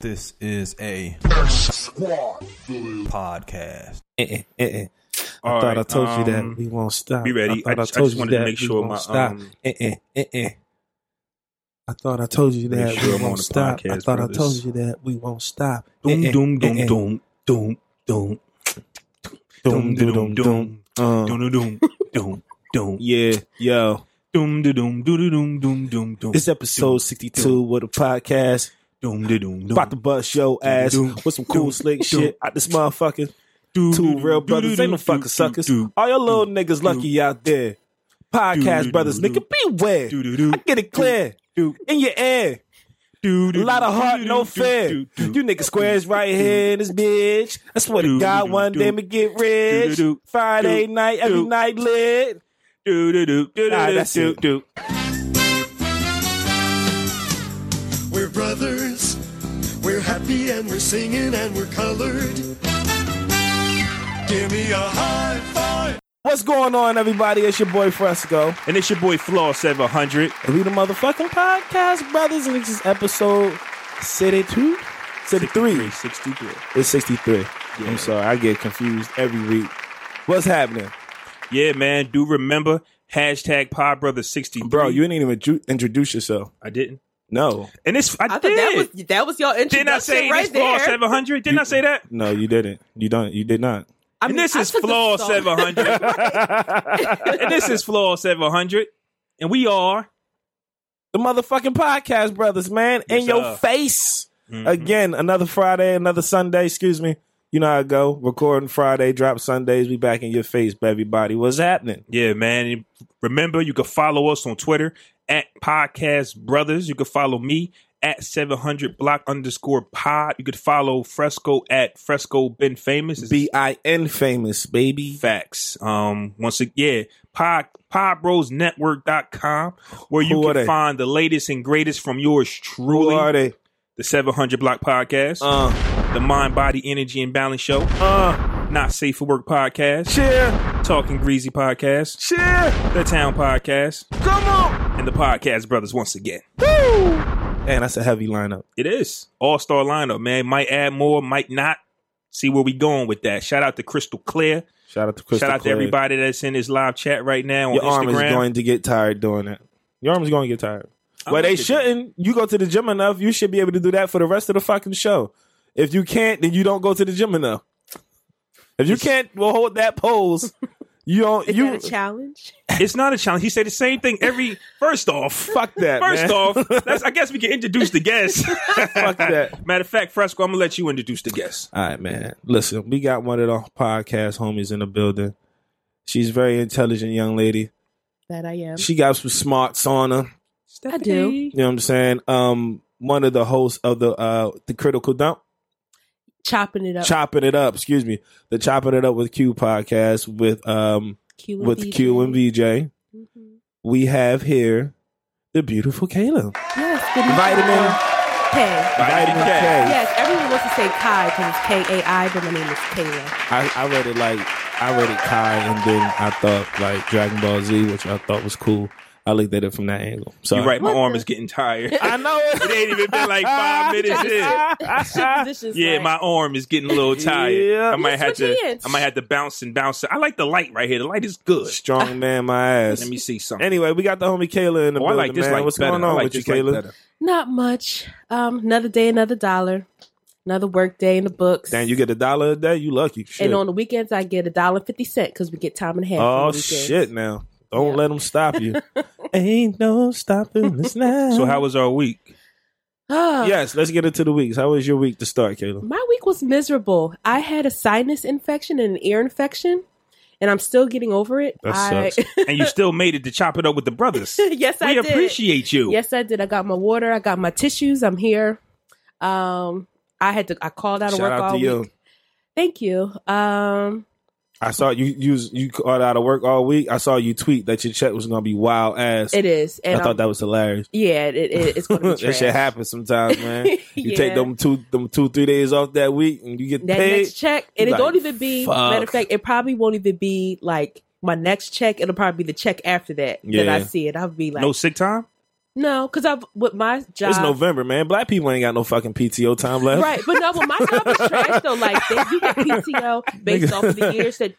This is a podcast. Eh, eh, eh, eh. I All thought I right, told you um, that we won't stop. we ready. I thought I, I just- I told just you wanted to that make we sure won't my, stop. um, Eh, eh, eh, eh. I thought I told you Make that sure I'm we on won't the stop. I thought podcast, brothers. I told you that we won't stop. Doom, Eh, eh, doom, eh, doom, eh. doom, doom, doom, Doom, doom, doom, doom. Uh, doom, doom, doom, doom, Yeah, yo. doom, doom, doom, doom, doom, doom, doom. It's episode 62 with a podcast. doom, doom, doom, About to bust yo ass doom, with some cool doom, slick doom. shit out this motherfucker. doom, Two doom, real doom, brothers. doom, Ain't no doom, fucking doom, suckers. doom, All your little niggas lucky out there. Podcast doom, brothers, doom, nigga, beware. doom, doom, doom, I get it clear. doom, In your air. doom, A doom, lot of doom, heart, doom, no doom, fear. doom, You doom, niggas squares right here in this bitch. I swear to God, one day me get rich. Friday night, every night lit. doom, doom, doom, doom, Nah, that's doom, it. doom. We're brothers. We're happy and we're singing and we're colored. Give me a high five. What's going on, everybody? It's your boy Fresco. And it's your boy Flaw 700. And we the motherfucking podcast brothers, and this is episode city two, city three. 63. It's sixty three. Yeah. I'm sorry, I get confused every week. What's happening, Yeah, man. Do remember hashtag PodBrother63. bro? You didn't even ju- introduce yourself. I didn't. No, And it's I, I thought did. that was that was your introduction Didn't I say right this flaw there. seven hundred? Didn't I say that? no, you didn't. You don't. You did not. I And mean, this I is took the flaw song. seven hundred. And this is flaw seven hundred. And we are the motherfucking podcast brothers, man, Yes, in your sir. Mm-hmm. face again. Another Friday, another Sunday. Excuse me. You know how I go. Recording Friday, drop Sundays. We back in your face, everybody. What's happening? yeah, man. And Remember, you can follow us on Twitter at Podcast Brothers. You can follow me at seven hundred block underscore pod. You could follow Fresco at Fresco Been Famous. It's B I N famous baby. facts. Um, once again, yeah, pod podbrosnetwork.com where you Who are can they? find the latest and greatest from yours Who truly. are they? the 700 Block Podcast, Uh, the Mind, Body, Energy, and Balance Show, uh, Not Safe for Work Podcast, cheer, Talking Greasy Podcast, cheer, The Town Podcast, come on. and the Podcast Brothers once again. Woo! Man, that's a heavy lineup. It is all star lineup, man. Might add more, might not. See where we going with that. Shout out to Crystal Clear. Shout out to Crystal Shout out Clear. to everybody that's in this live chat right now on Your arm is Instagram. going to get tired doing that. Your arm is going to get tired. I well, like they it. shouldn't. You go to the gym enough, you should be able to do that for the rest of the fucking show. If you can't, then you don't go to the gym enough. If you can't well, hold that pose, you don't. Is you that a challenge? It's not a challenge. He said the same thing every. First off, fuck that. First man. off, that's, I guess we can introduce the guest. fuck that. Matter of fact, Fresco, I'm gonna let you introduce the guest. All right, man. Listen, we got one of the podcast homies in the building. She's a very intelligent young lady. That I am. She got some smarts on her. I do. You know what I'm saying? Um, one of the hosts of the uh the critical dump. Chopping it up. chopping it up. Excuse me, the chopping it up with Q podcast with um Q with Q and VJ. Mhm. We have here the beautiful Caleb. Yes, good evening. Vitamin K. Vitamin K. Yes, everyone wants to say Kai because it's K A I, but my name is Kayla. I, I read it like I read it Kai, and then I thought like Dragon Ball Z, which I thought was cool. I looked at it from that angle. So You're right. My What arm the- is getting tired. I know It ain't even been like five minutes in. Ah, Yeah, my arm is getting a little tired. Yeah. I might Let's have switch to. hands. I might have to bounce and bounce. I like the light right here. The light is good. Strong man, my ass. Let me see something. Anyway, we got the homie Kayla in the Oh, I building, like this man. light What's better. going on I like with you, this light Kayla? better. Not much. Um, another day, another dollar. Another work day in the books. Damn, you get a dollar a day. You lucky. Shit. and on the weekends, I get a dollar fifty cent because we get time and a half. on Oh the weekends. shit! Now don't Yeah. let them stop you. Ain't no stopping us now. So how was our week? Ah. Yes, let's get into the weeks. How was your week to start, Caleb? My week was miserable. I had a sinus infection and an ear infection, and I'm still getting over it. That I, sucks. And you still made it to chop it up with the brothers. yes, we I did. appreciate you. Yes, I did. I got my water. I got my tissues. I'm here. Um, I had to. I called out of Shout work out all to week. you. Thank you. Um, I saw you you was- you called out of work all week. I saw you tweet that your check was gonna be wild ass. it is, I and thought I'm- that was hilarious. yeah, it, it, it's going to be that trash. shit happens sometimes, man. You take Yeah. them two them two three days off that week and you get That paid. next check, and it Like, don't even be. Matter fuck. of fact, it probably won't even be like my next check. It'll probably be the check after that that Yeah. I see it. I'll be like, No sick time. No, because I've with my job. It's November, man. Black people ain't got no fucking PTO time left. Right, but no, but my job is trash though. Like they, you get PTO based off of the years that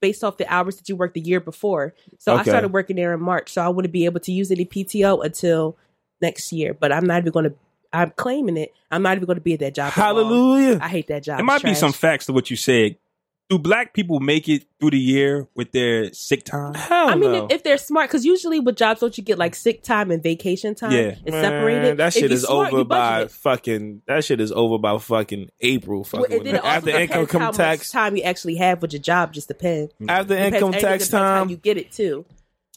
based off the hours that you worked the year before. So I Okay. started working there in March, so I wouldn't be able to use any PTO until next year. But I'm not even going to. I'm claiming it. I'm not even going to be at that job. that long. Hallelujah. I hate that job. There might It's be trash. some facts to what you said. Do black people make it through the year with their sick time? Hell I mean, no. if, if they're smart, because usually with jobs, don't you get like sick time and vacation time? Yeah. it's Man, separated. That If shit you're is smart, you over budget by it. fucking. That shit is over by fucking April. Well, Fucking and when- then it also after income depends how much tax. time you actually have with your job. Just depends. After Depends- income and it tax depends how time, you get it too.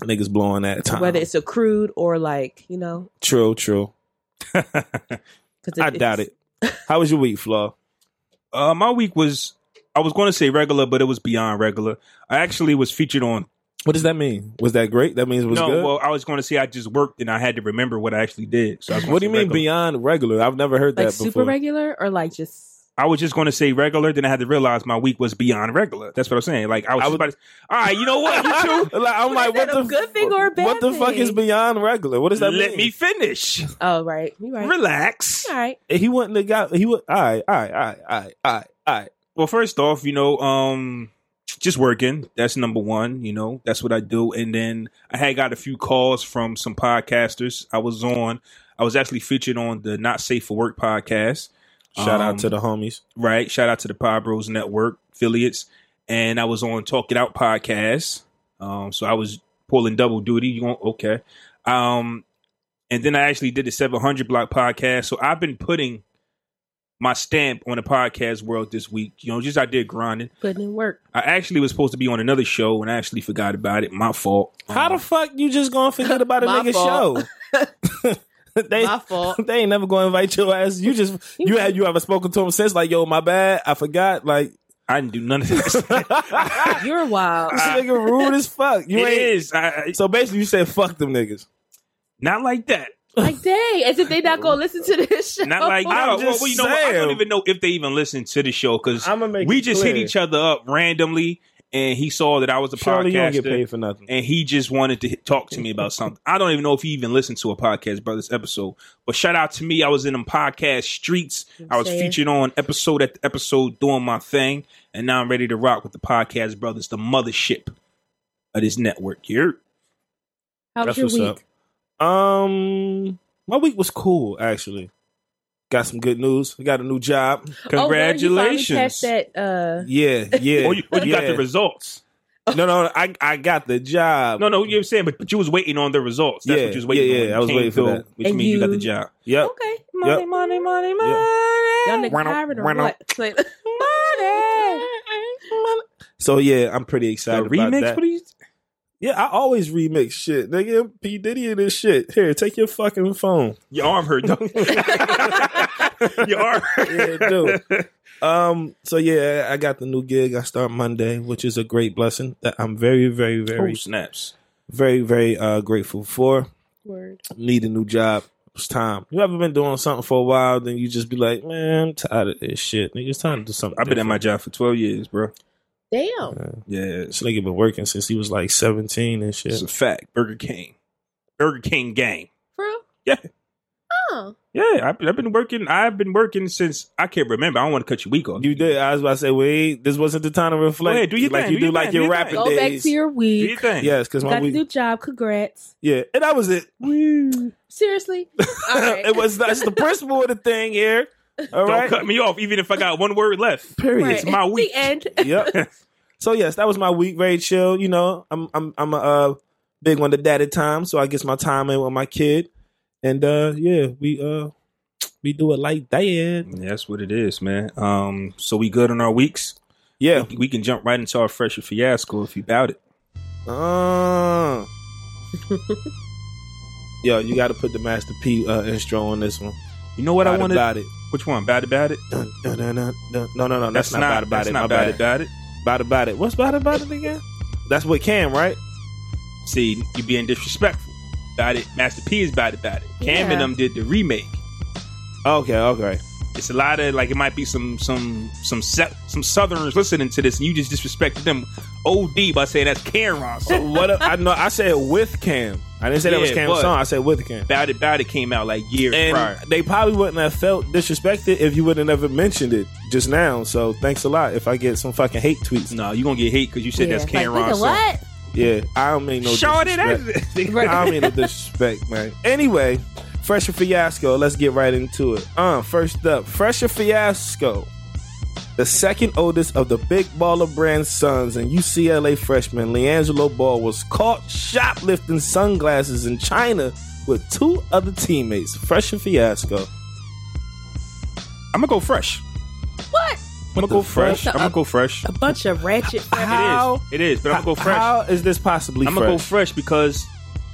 niggas blowing that time. Whether it's accrued or like you know, true, true. because I doubt it. How was your week, Flaw? Uh, my week was, I was going to say regular, but it was beyond regular. I actually was featured on. What does that mean? Was that great? That means it was no, good. well, I was going to say I just worked and I had to remember what I actually did. So I was gonna what do you say mean regular. beyond regular? I've never heard Like that super before. regular or like just I was just going to say regular, then I had to realize my week was beyond regular. That's what I'm saying. Like I was, I just was- about to, all right, you know what? You two, Like, I'm But like, is that what a the good thing or a bad What the fuck thing? is beyond regular? What does that let mean? me finish. oh right, you right, Relax. all right. he wouldn't have got. He would. All right, all right, all right, all right, all right, all right. Well, first off, you know, um, just working. That's number one. You know, that's what I do. And then I had got a few calls from some podcasters. I was on. I was actually featured on the Not Safe for Work podcast. Shout Um, out to the homies. right. Shout out to the Pod Bros Network affiliates. And I was on Talk It Out podcast. Um, so I was pulling double duty. You want okay? Um, and then I actually did the 700 block podcast. So I've been putting my stamp on the podcast world this week. You know, just I did grinding. Putting in work. I actually was supposed to be on another show and I actually forgot about it. My fault. How the Um, fuck you just gonna forget about a My nigga fault. show? they My fault. they ain't never gonna invite your ass. You just you had you ever spoken to him since like yo my bad I forgot like I didn't do none of this. it Ah. You're wild. this nigga rude as fuck. You ain't. is I, I- So basically, you said fuck them niggas. not like that. like dang, as if they not gonna listen to this show. Not like I'm no. just well, you know, what? I don't saying. even know if they even listen to the show because I'ma make we it just hit clear. each other up randomly, and he saw that I was a Surely you don't get podcaster, paid for nothing. and he just wanted to hit- talk to me about something. I don't even know if he even listened to a podcast brothers episode, but shout out to me. I was in them podcast streets. I was saying? featured on episode at episode doing my thing, and now I'm ready to rock with the podcast brothers, the mothership of this network. Here, How was That's your what's week? Oh, up. Um, my week was cool actually. Got some good news. I got a new job. congratulations. Oh, girl, you finally passed that. Uh, Yeah, yeah. or Oh, you, or you got yeah. the results. No, no, I I got the job. No, no, you know what I'm saying, but, but you was waiting on the results. That's Yeah, what you was waiting yeah, on. yeah, when I was you waiting for came that. through, Which And means you, got the you- job. Yep. okay, money, Yep. money, money, money. Y'all niggas hiring or what? Like, money. So yeah, I'm pretty The excited. about remix? that. What are you? Yeah, I always remix shit. Nigga, P Diddy and this shit. Here, take your fucking phone. Your arm hurt. though. Your arm. Yeah, it do. Um. So yeah, I got the new gig. I start Monday, which is a great blessing that I'm very, very, Oh, very, snaps. very, very uh, grateful for. Word. Need a new job. It's time. You ever been doing something for a while, then you just be like, man, I'm tired of this shit. Nigga, it's time to do something. I've been at my different." job for twelve years, bro. Damn. Yeah, This nigga been working since he was like 17 and shit. it's a fact. Burger King, Burger King gang. For real? Yeah. Oh. Yeah, I've, I've been working. I've been working since I can't remember. I don't want to cut your week off. You did. I was about to say, wait, this wasn't the time to reflect. Go ahead, do your like thing, you do do, your like thing, do your your rapping thing. Go days. back to your do week. your thing. Yes, because You my got a week. new job. Congrats. yeah, and that was it. Seriously? All right. it was that's the principle of the thing here. All Don't right. cut me off, even if I got one word left. Period. Right. It's my week. The end. Yep. so yes, that was my week. Very chill. You know, I'm I'm I'm a uh, big one to daddy time, so I guess my time in with my kid, and uh yeah, we uh we do it like that. Yeah, that's what it is, man. Um, so we good on our weeks. Yeah. We can jump right into our fresher fiasco if you bout it. Uh. Yo, you got to put the Master P uh, intro on this one. You know what I Bad wanted? about it. Which one? Bad about it? Dun, dun, dun, dun, dun. No, no, no, that's, not, bad about that's it. Not my bad bad. about it. Bad about it. What's bad about it again? That's what Cam, right? See, you being disrespectful. About it. Master P is bad about it. Cam Yeah. and them did the remake. Okay, okay. It's a lot of like it might be some some some se- some Southerners listening to this, and you just disrespected them. Od by saying that's Cameron. So What a- I know? I said with Cam. I didn't say that was Yeah, Cam's but- song. I said with Cam. Bad It Bad It came out like years And prior. they probably wouldn't have felt disrespected if you would have never mentioned it just now. So thanks a lot. If I get some fucking hate tweets, No, you gonna get hate because you said that's Kane like, Ron's nigga, song. what? yeah, I don't mean no. Shorty, disrespect. that's I don't mean no disrespect, man. Anyway, Fresher Fiasco. Let's get right into it. Uh, first up, Fresher Fiasco, the second oldest of the Big Baller Brand sons and UCLA freshman LeAngelo Ball was caught shoplifting sunglasses in China with two other teammates. Fresher Fiasco. I'm gonna go fresh. What? I'm gonna go fresh. fuck? I'm gonna go fresh. A bunch of ratchet. How- It is. It is. But I'm gonna go fresh. How is this possibly I'm fresh? gonna go fresh because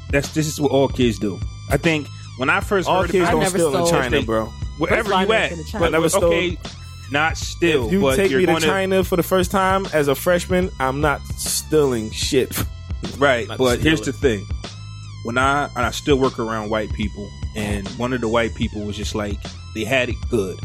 that's this is what all kids do. I think when I first All heard kids about don't never steal in stole- China, They- bro. wherever First of all, you I never at, been to China. but Never but, okay, stole. not still. If you but take you're me to gonna, China for the first time as a freshman, I'm not stealing shit. right? not But here's the stealing. thing: when I and I still work around white people, and one of the white people was just like they had it good,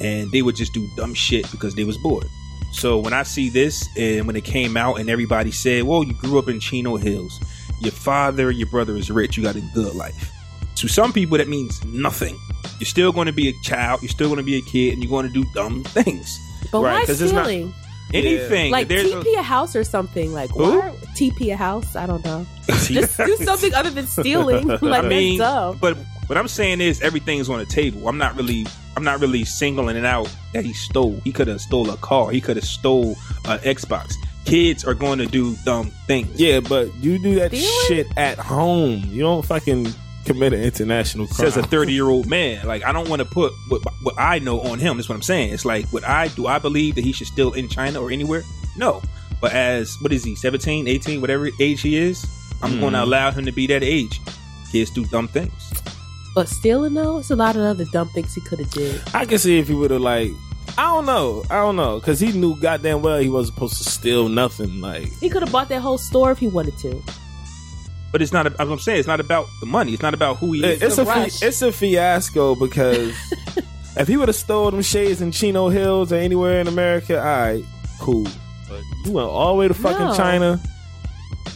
and they would just do dumb shit because they was bored. So when I see this, and when it came out, and everybody said, "Well, you grew up in Chino Hills, your father, your brother is rich, you got a good life." To some people, that means nothing. You're still going to be a child. You're still going to be a kid, and you're going to do dumb things. But Right, why 'cause it's not- stealing? Anything Like there's a- TP a, house or something. Like Who? why TP a house? I don't know. Just do something other than stealing. Like I mean, that's dumb. but what I'm saying is everything's on the table. I'm not really, I'm not really singling it out that he stole. He could have stole a car. He could have stole an Xbox. Kids are going to do dumb things. Yeah, but you do that Stealing? shit at home. You don't fucking commit an international crime. Says a 30 year old man. Like I don't want to put what, what I know on him. That's what I'm saying. It's like what I do. I believe that he should still in China or anywhere. No, but as what is he? 17, 18, whatever age he is. I'm going Hmm. to allow him to be that age. Kids do dumb things. But stealing though, it's a lot of other dumb things he could have did. I can see if he would have like, I don't know, I don't know, because he knew goddamn well he wasn't supposed to steal nothing. Like, He could have bought that whole store if he wanted to. But it's not. I'm saying it's not about the money. It's not about who he is. it- it's the a fi- rush. it's a fiasco because if he would have stole them shades in Chino Hills or anywhere in America, all right, cool. But you went all the way to fucking No. China.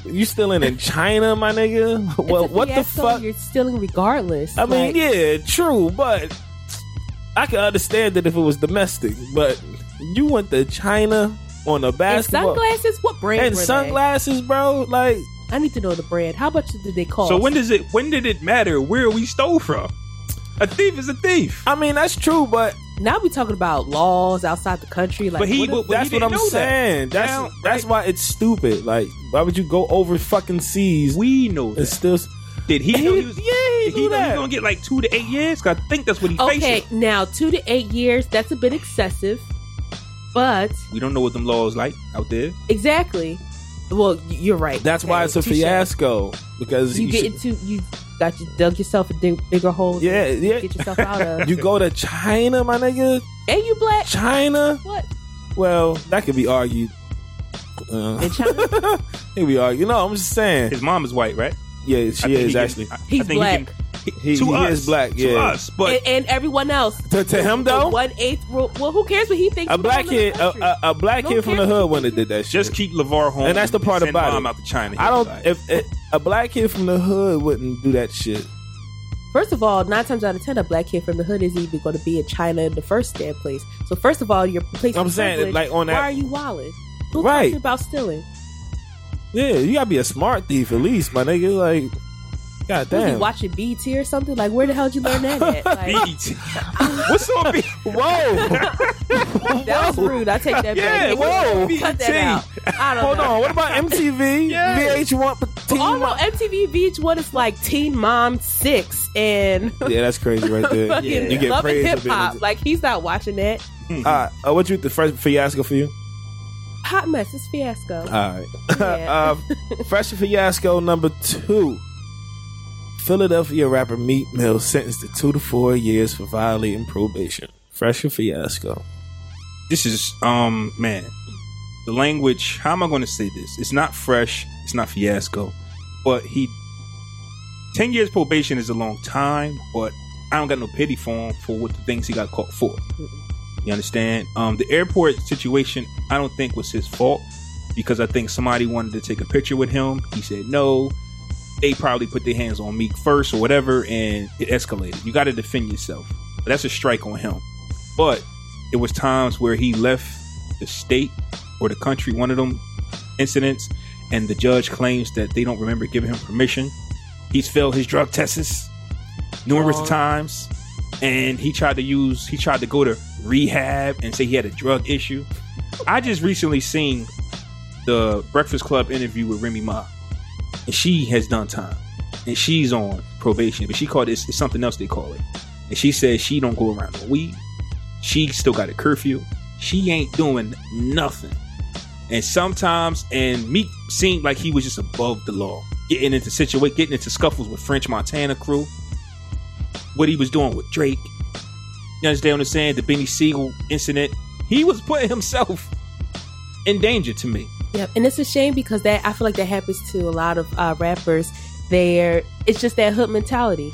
You stealing in China, my nigga? It's Well, a what the fiasco, fuck? You're stealing regardless. I mean, Like, yeah, true, but I can understand it if it was domestic. But you went to China on a And basketball sunglasses. What brand? and were they? sunglasses, bro. Like I need to know the brand. How much did they cost? So when does it? When did it matter where we stole from? A thief is a thief. I mean, that's true, but now we talking about laws outside the country? Like But he what if- would- that's he what didn't I'm know that. saying. That's Now, that's right. why it's stupid. Like, why would you go over fucking seas We know and this. still? s- Did he? know he was, yeah, he did knew he know that. he gonna get like two to eight years? 'Cause I think that's what he Okay, facing. now two to eight years. That's a bit excessive, but We don't know what them laws like out there. exactly. Well, y- you're right. That's why Okay, it's a touche. fiasco because You you, get should- into you got you dug yourself a dig, bigger hole. to yeah, yeah. Get yourself out of. You go to China, my nigga. and you black. China. What? Well, that could be argued. Uh, In China? Here we are. You know, I'm just saying. His mom is white, right? Yeah, I she think is he can- actually. I- I He's think he black. can- he- He- to he us, is black, To yeah. us, but and, and everyone else. To, to him though, One eighth rule. Well, who cares what he thinks? a about black him in kid, the a, country? a, a black No kid from the kids. hood wouldn't have did that shit. just keep Levar home. And that's the part send about mom it. out to China. I don't. Like, If, if a black kid from the hood wouldn't do that shit, First of all, nine times out of ten, a black kid from the hood isn't even going to be in China in the first damn place. So first of all, your place. I'm saying, like, on that- Why are you wilding? Who Right. talking about stealing? yeah, you gotta be a smart thief at least, my nigga. Like, Who's goddamn. he watching BET or something? Like, where the hell did you learn that at? E Like, BET. What's on B? Whoa, that was rude. I take that Yeah, back. whoa. E Cut that out. I don't hold know. on. What about MTV, Yes. VH1, Teen Oh no, Mom? MTV VH1 is like Teen Mom Six and Yeah, that's crazy right there. fucking You get Love and praised Hip for being Hop. a- Like he's not watching that. Uh, uh, what you the first fiasco for you? Hot mess. It's fiasco. All right. Yeah. uh, Fresh Fiasco number two. Philadelphia rapper Meat Mill sentenced to two to four years for violating probation. Fresh Fiasco. this is um man the language how am i going to say this it's not fresh it's not fiasco but he 10 years probation is a long time but i don't got no pity for him for what the things he got caught for you understand um the airport situation i don't think was his fault because i think somebody wanted to take a picture with him he said no they probably put their hands on Meek first or whatever, and it escalated. You got to defend yourself. But that's a strike on him. But it was times where he left the state or the country, one of them incidents, and the judge claims that they don't remember giving him permission. He's failed his drug tests numerous times, and he tried to use he tried to go to rehab and say he had a drug issue. I just recently seen the Breakfast Club interview with Remy Ma, and she has done time, and she's on probation, but she called it it's something else they call it, and she says she don't go around the weed. She still got a curfew. She ain't doing nothing. And sometimes, and Meek seemed like he was just above the law, getting into situate, getting into scuffles with French Montana crew. What he was doing with Drake, you understand what I'm saying? The Benny Siegel incident. He was putting himself in danger to me. Yep, and it's a shame because that I feel like that happens to a lot of uh, rappers. There, it's just that hood mentality.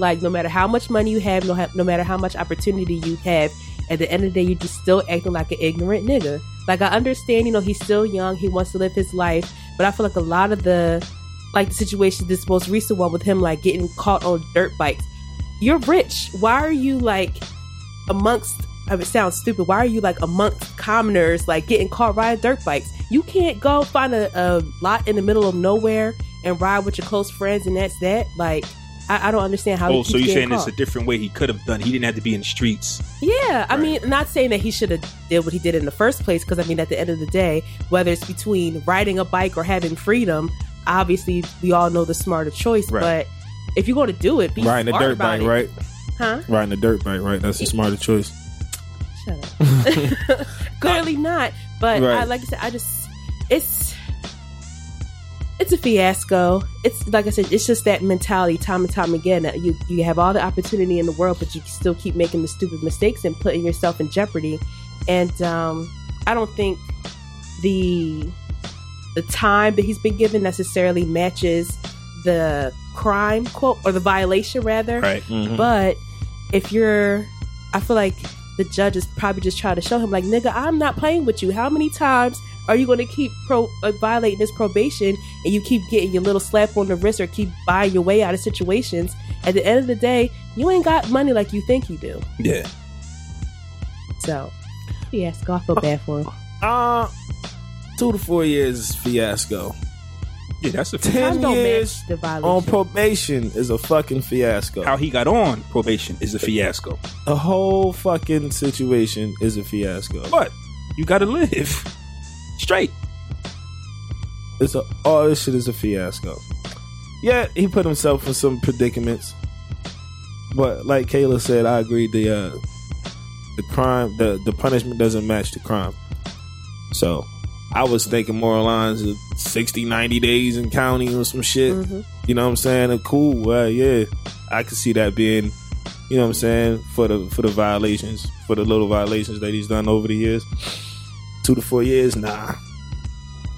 Like no matter how much money you have, no, ha- no matter how much opportunity you have, at the end of the day, you're just still acting like an ignorant nigga. Like I understand, you know, he's still young, he wants to live his life, but I feel like a lot of the like the situation, this most recent one with him, like getting caught on dirt bikes. You're rich. Why are you like amongst I mean, it sounds stupid. Why are you like amongst commoners, like getting caught riding dirt bikes? You can't go find a, a lot in the middle of nowhere and ride with your close friends, and that's that. Like, I, I don't understand how. Oh, so he keeps you're saying getting it's a caught. different way he could have done. He didn't have to be in the streets. Yeah, I Right. mean, not saying that he should have did what he did in the first place, because I mean, at the end of the day, whether it's between riding a bike or having freedom, obviously we all know the smarter choice. Right. But if you're going to do it, be Riding a smart dirt about bike, it. right? Huh? Riding a dirt bike, right? That's the smarter choice. Shut up. Clearly not. But I, Right. like I said, I just it's it's a fiasco. It's like I said, it's just that mentality time and time again. That you you have all the opportunity in the world, but you still keep making the stupid mistakes and putting yourself in jeopardy. And um, I don't think the the time that he's been given necessarily matches the crime quote or the violation rather Right. but if you're, I feel like the judge is probably just trying to show him, like, nigga, I'm not playing with you. How many times are you going to keep pro- like, violating this probation and you keep getting your little slap on the wrist or keep buying your way out of situations? At the end of the day, you ain't got money like you think you do. Yeah. So, fiasco. I feel bad for him. Uh, two to four years is fiasco. Yeah, that's a Time Ten don't years match the violation. on probation is a fucking fiasco. how he got on probation is a fiasco. The whole fucking situation is a fiasco. But you got to live straight. It's a, all this shit is a fiasco. Yeah, he put himself in some predicaments. But like Kayla said, I agree. The uh, the crime, the the punishment doesn't match the crime. So I was thinking more lines of 60, 90 days in county or some shit. Mhm. You know what I'm saying? And cool. Well, yeah, I could see that being, you know what I'm saying, for the for the violations, for the little violations that he's done over the years. Two to four years, nah.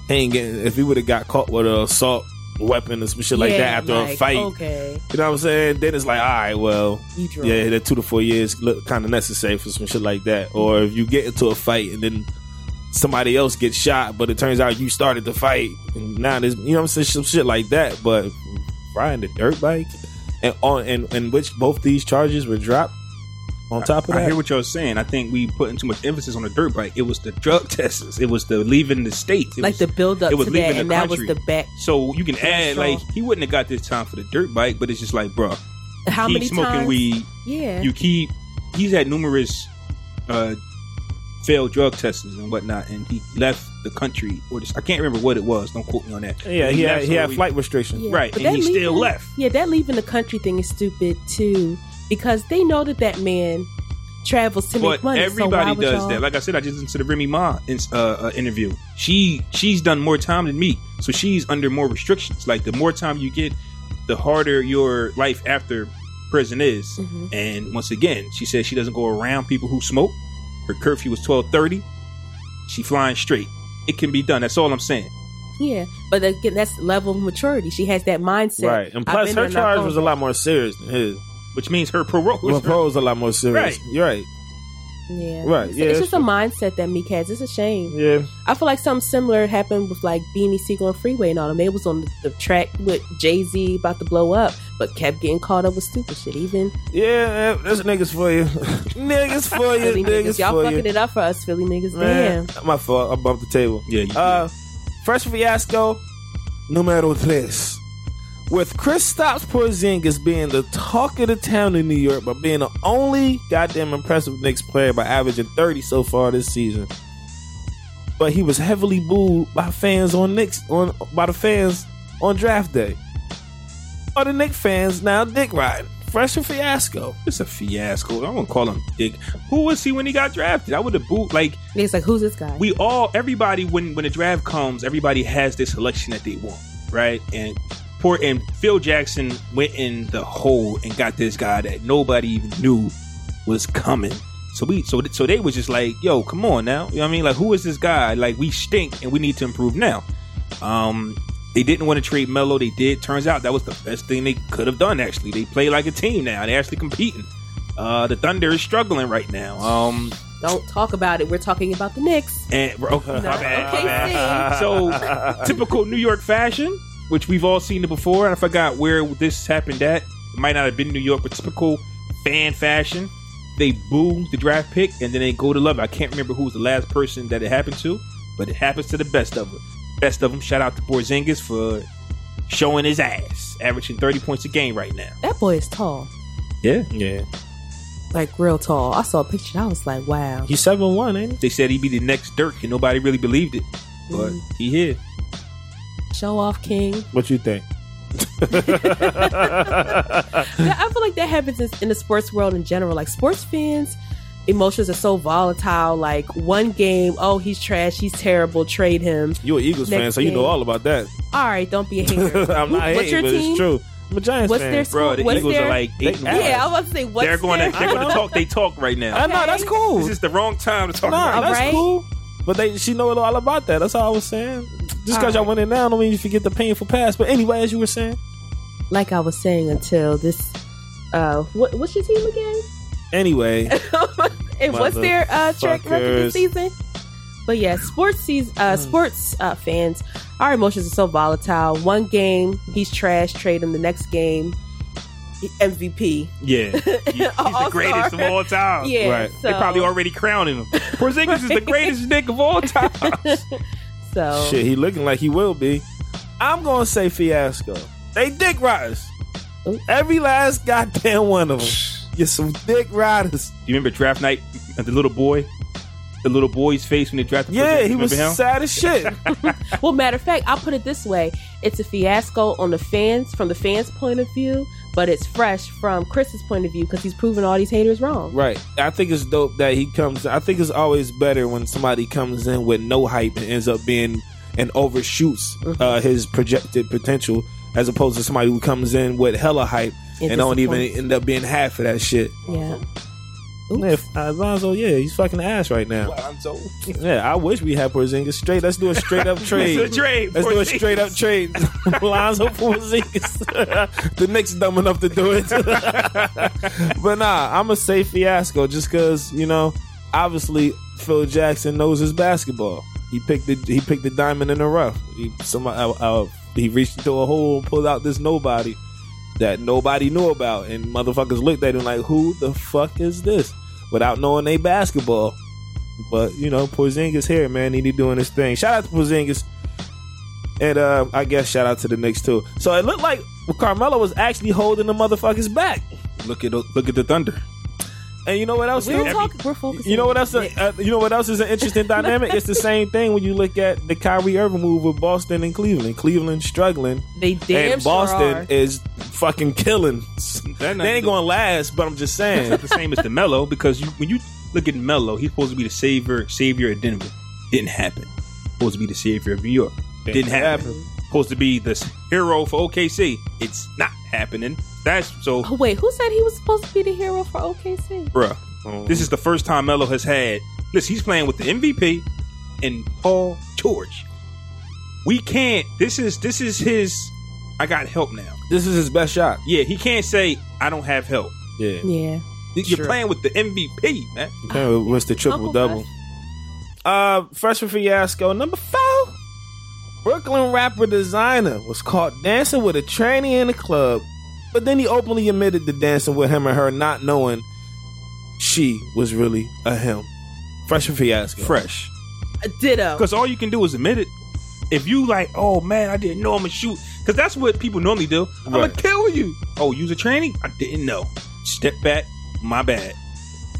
He ain't getting. If he would have got caught with a assault weapon or some shit like that Yeah, after a like, oh. fight, Okay. you know what I'm saying? Then it's like, all right, well, You drunk. yeah, that two to four years look kind of necessary for some shit like that. Or if you get into a fight and then somebody else gets shot, but it turns out you started the fight, and now there's you know what I'm saying some shit like that. But riding the dirt bike and on and in which both these charges were dropped on top of I that. hear what y'all saying. I think we putting too much emphasis on the dirt bike. It was the drug tests. It was the leaving the state. It Like was- the build up it was to that, leaving the and that was country. the back. So you can add straw. like he wouldn't have got this time for the dirt bike, but it's just like, bruh, How keep many smoking times? weed. Yeah. You keep. He's had numerous uh, failed drug tests and whatnot, and he left the country or this. I can't remember what it was. Don't quote me on that. yeah, he had, left he so had we- flight restrictions. Yeah, Right, but and that he still leaving- left. Yeah, that leaving the country thing is stupid too, because they know that that man travels to But make money. so why everybody would does y'all- that. Like I said, I just listened to the Remy Ma in, uh, uh, interview. She she's done more time than me, so she's under more restrictions. Like the more time you get, the harder your life after prison is. Mhm. And once again, she says she doesn't go around people who smoke. Her curfew was twelve thirty. She flying straight. It can be done. That's all I'm saying. Yeah, but again, that's level of maturity. She has that mindset. Right, and I've plus been her there, charge not was a lot more serious than his. Which means her parole. Well, pro was a lot more serious. Right. You're right. Yeah. Right, It's, yeah, it's that's just a mindset that Meek has. It's a shame. Yeah. I feel like something similar happened with like Beanie Siegel and Freeway and all them. They was on the, the track with Jay Z about to blow up, but kept getting caught up with stupid shit. Even Yeah, that's niggas for you. niggas for you. Philly niggas niggas, y'all for fucking you. it up for us Philly niggas. Man, Damn. my fault. I bumped the table. Yeah, you Uh, Fresh Fiasco, numero tres. With Chris Stops Porzingis being the talk of the town in New York by being the only goddamn impressive Knicks player by averaging 30 so far this season. But he was heavily booed by fans on Knicks on by the fans on draft day. Are the Knicks fans now dick riding? Fresh and fiasco. It's a fiasco. I wouldn't call him Dick. Who was he when he got drafted? I would have booed. Like It's like who's this guy? we all, everybody, when when the draft comes, everybody has this selection that they want, right? And poor and Phil Jackson went in the hole and got this guy that nobody even knew was coming. So we, so so they was just like, yo, come on now. You know what I mean? Like, who is this guy? Like, we stink and we need to improve now. Um, they didn't want to trade Melo. They did. Turns out that was the best thing they could have done. Actually, they play like a team now. They're actually competing. Uh, the Thunder is struggling right now. Um, Don't talk about it. We're talking about the Knicks. and oh, my bad, my okay, bad. see. So typical New York fashion, which we've all seen it before. And I forgot where this happened at. It might not have been New York, but typical fan fashion. They boo the draft pick and then they go to love it. I can't remember who was the last person that it happened to, but it happens to the best of them. Best of them. Shout out to Porzingis for showing his ass, averaging thirty points a game right now. That boy is tall, Yeah, Yeah. like real tall. I saw a picture. I was like, wow. He's 7 1, ain't he? they said he'd be the next Dirk, and nobody really believed it, but he here. Show off king. What you think? Yeah, I feel like that happens in, in the sports world in general. Like sports fans, emotions are so volatile. Like one game, oh he's trash, he's terrible, trade him. You're an Eagles Next fan, so you know game. all about that. All right, don't be a hater. I'm Who- not hating, what's your but team? it's true. I'm a Giants What's fan. their Bro, the What's Eagles their- are like eight They- and one. Yeah, I was about to say what's they're going their- to they're going to talk. They talk right now. I know that's Okay. cool. This is the wrong time to talk nah, about that's Right? cool. But they, she know it all about that. That's all I was saying. Just because Alright. y'all went in now, don't mean you forget the painful past. But anyway, as you were saying, like I was saying until this. Uh, what, what's your team again? anyway, and what's their uh, track record Motherfuckers. this season? But yeah, sports season, uh, sports uh, fans, our emotions are so volatile. One game, he's trash. Trade him. The next game, he- MVP. Yeah. He's the All-star. greatest of all time. Yeah, Uh, right. so, They probably already crowning him. Porzingis is the greatest Nick of all time. so shit, he looking like he will be. I'm gonna say fiasco. They dick riders. Ooh. Every last goddamn one of them. You're some dick riders. You remember draft night? uh, The little boy, the little boy's face when they drafted. Yeah, Porzingis? he Remember was him? sad as shit. Well, matter of fact, I'll put it this way: it's a fiasco on the fans from the fans' point of view, but it's fresh from Chris's point of view because he's proven all these haters wrong. Right. I think it's dope that he comes. I think it's always better when somebody comes in with no hype and ends up being and overshoots uh, his projected potential, as opposed to somebody who comes in with hella hype It and don't even disappoints. end up being half of that shit. Yeah. Yeah, if- Alonzo, yeah, he's fucking ass right now. Yeah, I wish we had Porzingis straight. Let's do a straight up trade. It's a trade. Let's do a Porzingis. straight up trade. Lonzo Porzingis. the Knicks dumb enough to do it. but nah, I'm going to say fiasco just because, you know, obviously Phil Jackson knows his basketball. He picked the he picked the diamond in the rough. He somebody uh, uh, he reached into a hole and pulled out this nobody that nobody knew about, and motherfuckers looked at him like, "Who the fuck is this?" Without knowing they basketball. But you know, Porzingis here, man. He be doing his thing. Shout out to Porzingis, and uh, I guess shout out to the Knicks too. So it looked like Carmelo was actually holding the motherfuckers back. Look at look at the Thunder. And you know what else? We're too? talking. We're focusing. You know what on else? Uh, you know what else is an interesting dynamic? It's the same thing when you look at the Kyrie Irving move with Boston and Cleveland. Cleveland struggling, They damn and sure Boston are. is fucking killing. They They're not ain't doing- gonna last, but I'm just It's saying. not the same as the Mello because you, when you look at Mello, he's supposed to be the savior savior of Denver. Didn't happen. Supposed to be the savior of New York. Didn't, happen. Supposed to be this hero for OKC. It's not happening. That's so. Oh, wait, who said he was supposed to be the hero for OKC? bruh. This is the first time Melo has had. Listen, he's playing with the MVP and Paul George. We can't. This is this is his. I got help now. This is his best shot. Yeah, he can't say I don't have help. Yeah. Yeah. You're Sure. playing with the MVP, man. Okay, what's the triple Uncle double? Buck. Uh, freshman fiasco number four. Brooklyn rapper designer was caught dancing with a tranny in a club, but then he openly admitted to dancing with him and her, not knowing she was really a him. Freshman fiasco. Fresh. Ditto. Because all you can do is admit it. If you like, oh man, I didn't know I'm gonna shoot. Because that's what people normally do. I'm gonna Right. kill you. Oh, use a tranny? I didn't know. Step back. My bad.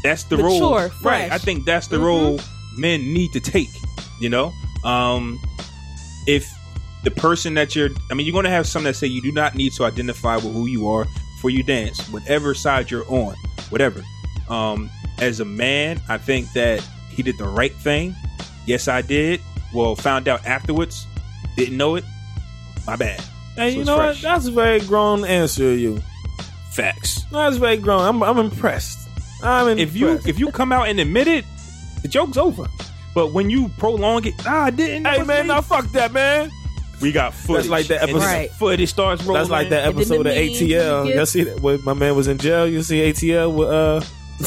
That's the Mature, role, fresh. right? I think that's the Mhm. role men need to take. You know, um, if the person that you're, I mean, you're gonna have some that say you do not need to identify with who you are before you dance, whatever side you're on, whatever. Um, as a man, I think that he did the right thing. Yes, I did. Well, found out afterwards. Didn't know it. My bad. Hey, So you it's know fresh. what? That's a very grown answer, you. Facts. That's very grown. I'm, I'm impressed. I'm impressed. If you if you come out and admit it, the joke's over. But when you prolong it, ah, I didn't. know hey it's man, me." now fuck that man. we got footage. That's like that And episode. Right. Footage starts rolling. That's like that And then episode the of memes you ATL. get- Y'all see that? When my man was in jail, you see ATL with uh.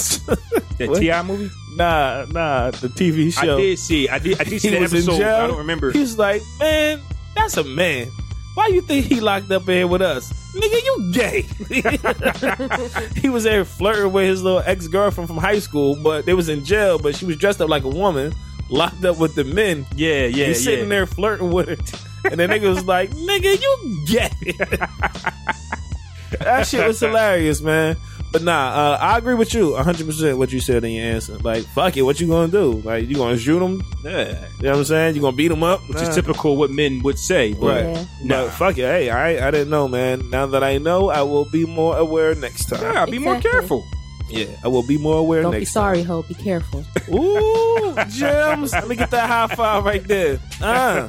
That What? Ti movie. Nah, nah, the TV show. I did see. it. I did. I did see He that was in episode. jail. I don't remember. He's like, man, that's a man. Why you think he locked up in here with us? Nigga, you gay. he was there flirting with his little ex girlfriend from high school, but they was in jail, but she was dressed up like a woman, locked up with the men. Yeah, yeah, He's yeah. sitting there flirting with her. And the nigga was like, nigga, you gay. that shit was hilarious, man. But nah, uh, I agree with you 100% what you said in your answer. Like, fuck it, what you gonna do? Like, you gonna shoot him? Yeah. You know what I'm saying? You gonna beat him up? Which is typical what men would say. But Right. Yeah. No, Nah. fuck it. Hey, I I didn't know, man. Now that I know, I will be more aware next time. Yeah, be more Exactly. careful. Yeah, I will be more aware Don't be next sorry, ho. Be careful. time. Ooh, gems. Let me get that high five right there. Uh,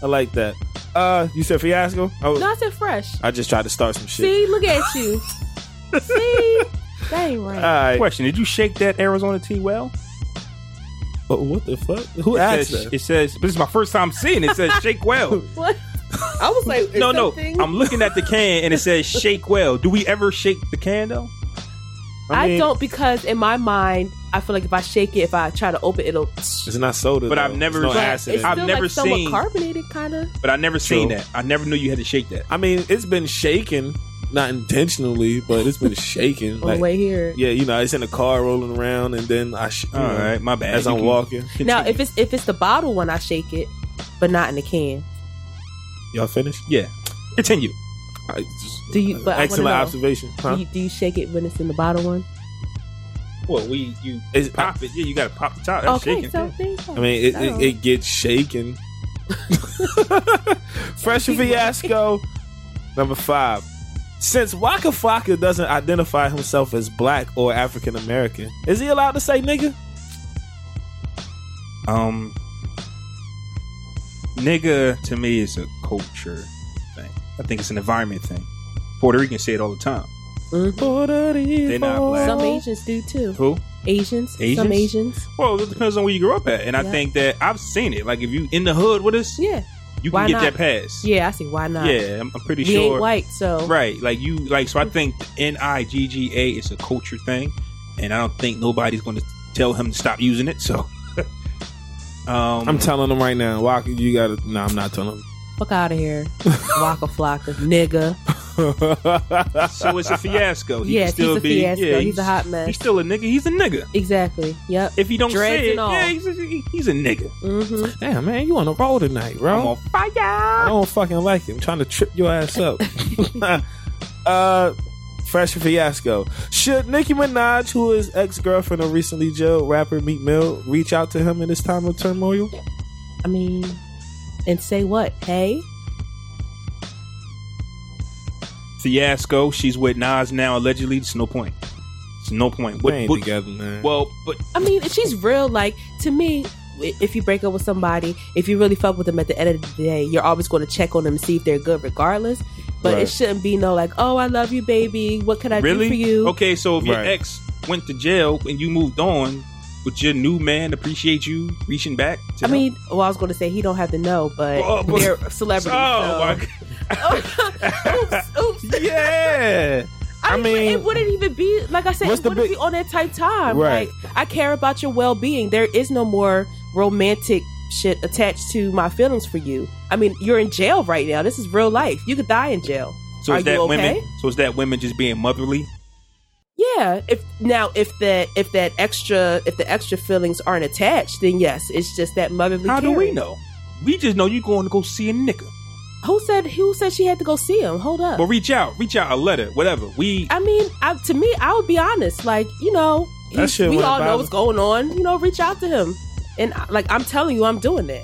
I like that. Uh, you said fiasco? I, was, No, I said fresh. I just tried to start some Ah, shit. See, look at you. See, that ain't All right. right. Question: Did you shake that Arizona tea well? But what the fuck? Who It asked says, that? it says. This is my first time seeing. It It says shake well. What? I was like, is no, no. something- I'm looking at the can and it says shake well. Do we ever shake the can though? I, mean, don't because in my mind, I feel like if I shake it, if I try to open it, it'll. It's not soda, But though. I've never- It's no But acid. in It's it. I've still never like somewhat seen- carbonated, kind of. But I never seen True. that. I never knew you had to shake that. I mean, it's been shaken, not intentionally, but it's been shaken. on like, the way here. yeah, you know, it's in the car rolling around, and then I. Sh- you All know, right, my bad. as You I'm can walking. continue. Now, if it's if it's the bottle one, I shake it, but not in the can. Y'all finished? yeah, continue. I just, Do you- but I wanna excellent know. observation, huh? Do, you, do you shake it when it's in the bottle one? Well, we you It's- pop it. Yeah, you gotta pop the top. That's okay, shaking. so there you go. I mean, it, So- it, it gets shaken. Fresh Keep going. fiasco number five. Since Waka Flocka doesn't identify himself as black or African American, is he allowed to say nigga? Um, nigga to me is a culture thing. I think it's an environment thing. Puerto Ricans say it all the time. Mhm. They're not black. Some Oh. Asians do too. Who? Asians, some Asians? Asians. Well, it depends on where you grew up at, and I Yeah. think that I've seen it. Like if you in the hood with us, Yeah, you Why can get not? that pass. yeah. I see. Why not? yeah. I'm, I'm pretty we sure. ain't white, so Right. Like you like so I think N I G G A is a culture thing and I don't think nobody's gonna tell him to stop using it, so um I'm telling them right now, Waka, you gotta. No, I'm not telling fuck out of here, waka flocka, nigga. them. so it's a fiasco. He Yes, can still he's a be fiasco. Yeah, He's a hot mess. He's still a nigga, he's a nigga. Exactly. Yep. If he don't Dreads say it, and all. yeah, he's a, he's a nigga. hmm Damn, man, you on a roll tonight, bro. I'm on I fire. don't fucking like it. I'm trying to trip your ass up. uh, fresh fiasco. Should Nicki Minaj, who is ex girlfriend of recently jailed rapper Meek Mill, reach out to him in this time of turmoil? I mean, and say what? Hey, Fiasco, she's with Nas now allegedly. It's no point. It's no point. They What, ain't what- together, man. well, but I mean, if she's real. Like to me, if you break up with somebody, if you really fuck with them at the end of the day, you're always going to check on them, and see if they're good, regardless. But Right. it shouldn't be no like, oh, I love you, baby. What can I really? do for you? Okay, so if Right. your ex went to jail and you moved on, would your new man appreciate you reaching back? To I him? mean, well, I was going to say he don't have to know, but Oh, but- they're celebrities. Oh my so. oops, oops. god. Yeah. I I, I mean, mean- it wouldn't even be like I said. What's it the wouldn't big- be on that type time. Right. Like I care about your well being. There is no more romantic shit attached to my feelings for you. I mean, you're in jail right now. This is real life. You could die in jail. So Are is that you okay? women? So is that women just being motherly? Yeah. If now if that if that extra if the extra feelings aren't attached, then yes, it's just that motherly. How do we caring. know? We just know you going to go see a nigga. Who said who said she had to go see him? Hold up. But reach out, reach out a letter, whatever. We I mean, I, to me, I would be honest. Like, you know, That he- shit we went all know viral. what's going on. You know, reach out to him, and like I'm telling you, I'm doing that.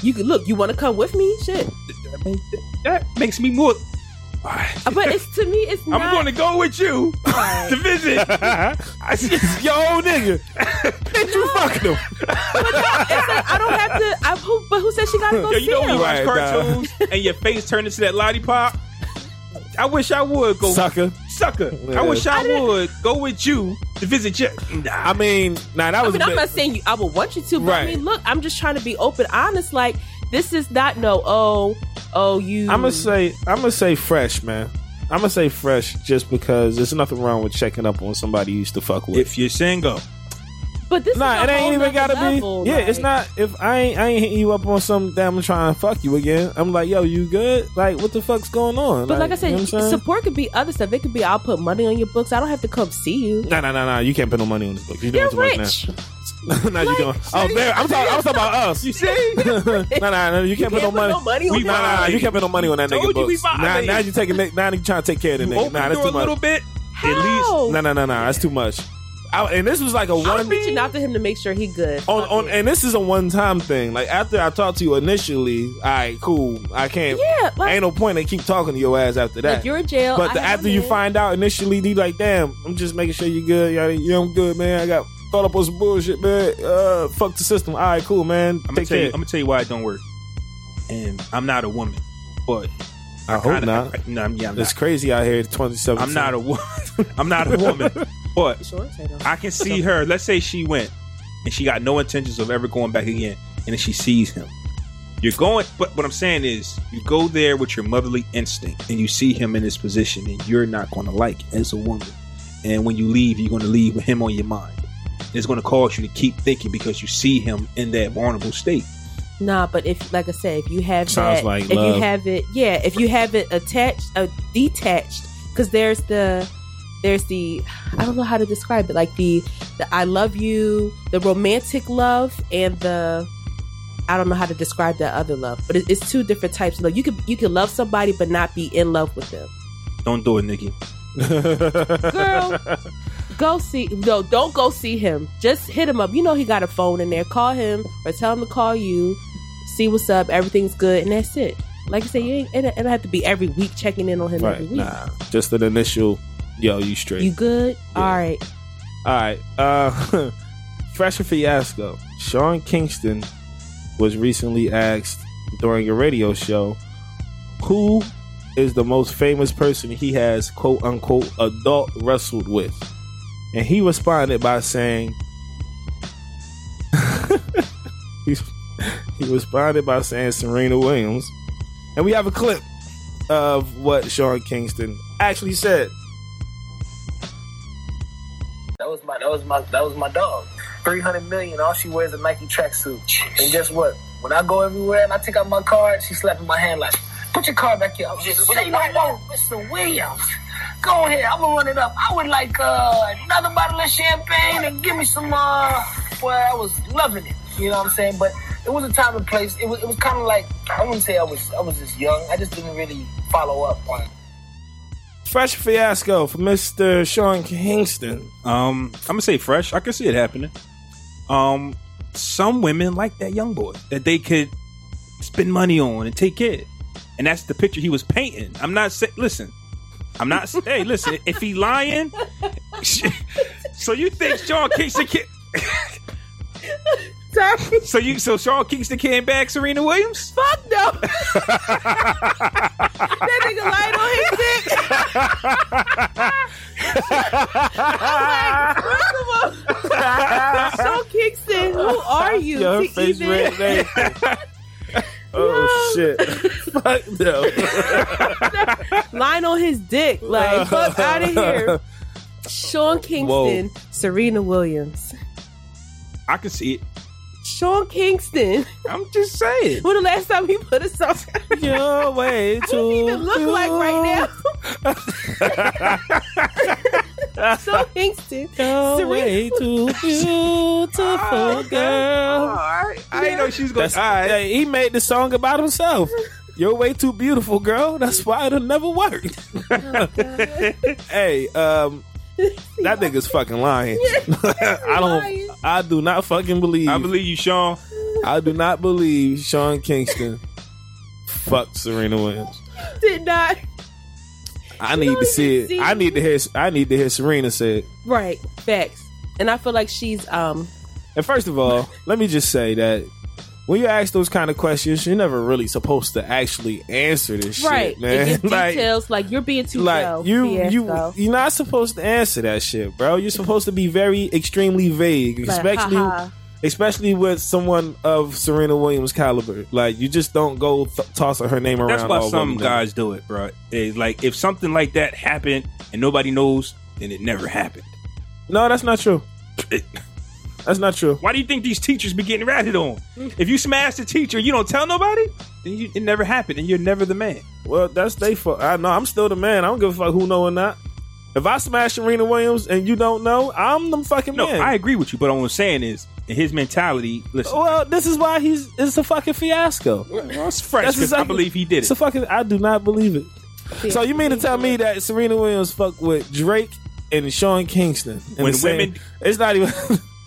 You could look. You want to come with me? Shit. I mean, th- that makes me more. Uh, But it's to me, it's not. I'm going to go with you to visit. I just, Yo, nigga. Bitch, you fucking him. But no, it's like, I don't have to. I, who, but who said she gotta go yo, see you know when him? you watch Right, nah. cartoons and your face turned into that lollipop. I wish I would go Sucker. sucker. Yeah. I wish I, would go with you to visit you. Nah, I mean, nah, that I was mean, a I'm bit- not saying you, I would want you to, but I Right. mean, look, I'm just trying to be open, honest. Like, this is not no, oh, oh, you. I'm gonna say I'm gonna say fresh, man. I'm gonna say fresh just because there's nothing wrong with checking up on somebody you used to fuck with. if you're single, But this nah, is it a ain't whole even nother gotta level, be. Yeah, it's like- not. If I ain't I ain't hitting you up on some damn trying to fuck you again, I'm like, yo, you good? Like, what the fuck's going on? But like, I you said, know what I'm saying? support could be other stuff. It could be I'll put money on your books. I don't have to come see you. Nah, nah, nah, nah. You can't put no money on this book. You doing You're too much rich. now. nah, you doing. Oh, there. I'm talking. I'm talking about us. You see? nah, nah, nah. You can't put no can't put money. no money on We- Nah, nah, nah. You violated. can't put no money on that Told nigga you we books. Nah, violated. now you taking. Nick- Now you trying to take care of that you nigga. open Nah, the that's door a too little much. bit. At How? least No, no, no, no. That's too much. I, and this was like a I'm one reaching out to him to make sure he good. on Fuck on, it. and this is a one time thing. Like after I talked to you initially, all right, cool. I can't. Yeah, like- ain't no point in keep talking to your ass after that. like you're in jail. but I the, have after him you in. find out initially, you like, damn, I'm just making sure you're good. Yeah, yeah, I'm good, man. I got caught up on some bullshit, man. Uh, fuck the system. All right, cool, man. I'm gonna Take tell you. care. I'm gonna tell you why it don't work. And I'm not a woman, but I hope kinda- not. I- no, I'm, yeah, I'm It's not. crazy out here. 2017. I'm not a woman. I'm not a woman, but Sure, Tatum. I can see her. Let's say she went and she got no intentions of ever going back again, and then she sees him. You're going, but what I'm saying is, you go there with your motherly instinct, and you see him in this position, and you're not going to like it as a woman. And when you leave, you're going to leave with him on your mind. It's going to cause you to keep thinking because you see him in that vulnerable state. Nah, but if like I said, if you have Sounds that, like if love. you have it, yeah, if you have it attached, uh, detached, because there's the, there's the, I don't know how to describe it, like the, the I love you, the romantic love, and the, I don't know how to describe that other love, but it, it's two different types of love. You could you could love somebody but not be in love with them. Don't do it, Nikki. Girl. Go see no, don't go see him. Just hit him up. You know he got a phone in there. Call him or tell him to call you. See what's up. Everything's good, and that's it. Like I said, you ain't. It don't it don't have to be every week checking in on him every right. week. Nah, just an initial. Yo, you straight. You good? Yeah. All right. All right. Uh, Fresh and Fiasco. Sean Kingston was recently asked during a radio show who is the most famous person he has, quote unquote, adult wrestled with. And he responded by saying, he, he responded by saying Serena Williams. And we have a clip of what Sean Kingston actually said. That was my that was my that was my dog. Three hundred million. All she wears is a Nike tracksuit. And guess what? When I go everywhere and I take out my card, she slapping my hand like, "Put your card back here." I'm just say no more, Mr. Williams. Go ahead. I'm gonna run it up. I would like uh, another bottle of champagne and give me some. Uh, well, I was loving it. You know what I'm saying? But it was a time and place. It was it was kind of like I wouldn't say I was I was just young. I just didn't really follow up on. it. Fresh fiasco for Mr. Sean Kingston. Um, I'm gonna say fresh. I can see it happening. Um, some women like that young boy that they could spend money on and take care, of. and that's the picture he was painting. I'm not saying. Listen, I'm not. s- hey, listen. If he lying, so you think Sean Kingston? Can, Sorry. so you so Sean Kingston came back Serena Williams? Fuck no. that nigga lied on his dick. I'm like, first of all, Sean Kingston, who are you? Yo, her to face even- red. man. oh shit. Fuck no. Lying on his dick. Like, fuck out of here. Sean Kingston, Serena Williams. I can see it. Sean Kingston. I'm just saying. When the last time he put a song? Your way What does he even look like right now? Sean Kingston. Your Serena. way Oh, too beautiful girl. I, I know she was going. That's, to All right. hey, he made the song about himself. You're way too beautiful, girl. That's why it'll never work. Oh, hey, um, that nigga's fucking lying. I lying. don't. I do not fucking believe. I I, believe you, Sean. do not believe Sean Kingston. Fuck Serena Williams. Did not. I need don't to see even it. see I need to hear. I need to hear Serena say it. Right. Facts. And I feel like she's um And first of all, let me just say that when you ask those kind of questions, you're never really supposed to actually answer this right. shit, man. It gives like, details like you're being too low. like you Yeah, you so. you're not supposed to answer that shit, bro. You're supposed to be very extremely vague, Like, especially haha. especially with someone of Serena Williams caliber. Like you just don't go th- tossing her name around. That's why all some over the- guys do it, bro. It's like if something like that happened and nobody knows, then it never happened. No, that's not true. That's not true. Why do you think these teachers be getting ratted on? If you smash the teacher, you don't tell nobody, then you, it never happened, and you're never the man. Well, that's they fuck. I know. I'm still the man. I don't give a fuck who know or not. If I smash Serena Williams and you don't know, I'm the fucking No, man. I agree with you, but what I'm saying is, in his mentality, listen, well, this is why he's. It's a fucking fiasco. it's fresh. That's 'cause I exactly- believe he did It's a it. fucking. I do not believe it. Yeah. So you mean to tell me that Serena Williams fucked with Drake and Sean Kingston? in When the same- women- it's not even.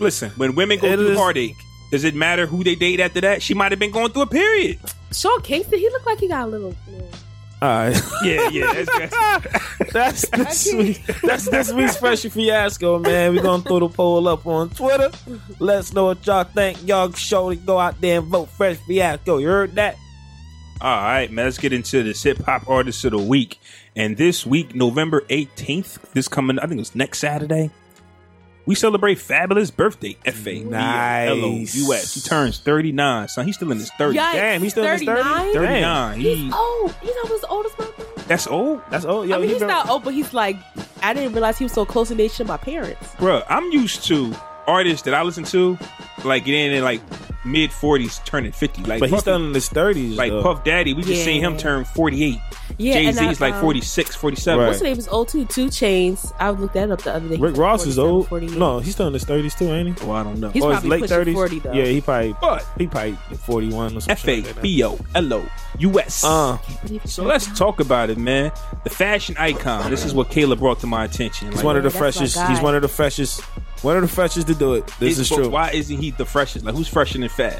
Listen, when women go It through is- heartache, does it matter who they date after that? She might have been going through a period. Sean Kingston, he looked like he got a little. All right, Yeah, yeah. That's, that's, that's this week. That's this week's fresh fiasco, man. We're gonna throw the poll up on Twitter. Let us know what y'all think. Y'all surely go out there and vote fresh fiasco. You heard that? all right, man. Let's get into this hip hop artist of the week. And this week, November 18th, this coming, I think it was next Saturday, we celebrate Fabulous birthday. F A B L O U S. He turns 39, son. He's still in his 30s. Yikes, Damn, he's still in his 30? 39? 39. He, He's old. He's almost old as my brother. that's old. That's oh, yo, I mean, he he's been- not old, but he's like, I didn't realize he was so close in age to my parents. Bruh, I'm used to artists that I listen to, like, getting in like mid 40s, turning 50. Like, but he's uh, Puffy- still in his thirties. like Puff Daddy, we just Yeah. seen him turn 48. Yeah, Jay and I, Z's like um, 46, 47. Right. What's his name? Is old too. Two Chains. I looked that up the other day. Rick Ross is 47, old. 48. No, he's still in his thirties too, ain't he? Well, Oh, I don't know. He's or his probably late pushing 30s. 40 though. Yeah, he probably But he probably forty one or F something. A B O L O U S. Uh, So let's talk about it, man. The fashion icon. This is what Kayla brought to my attention. he's one of the that's my freshest. guy. He's one of the freshest. One of the freshest to do it. This it's- is but true. Why isn't he the freshest? Like who's fresher than Fab?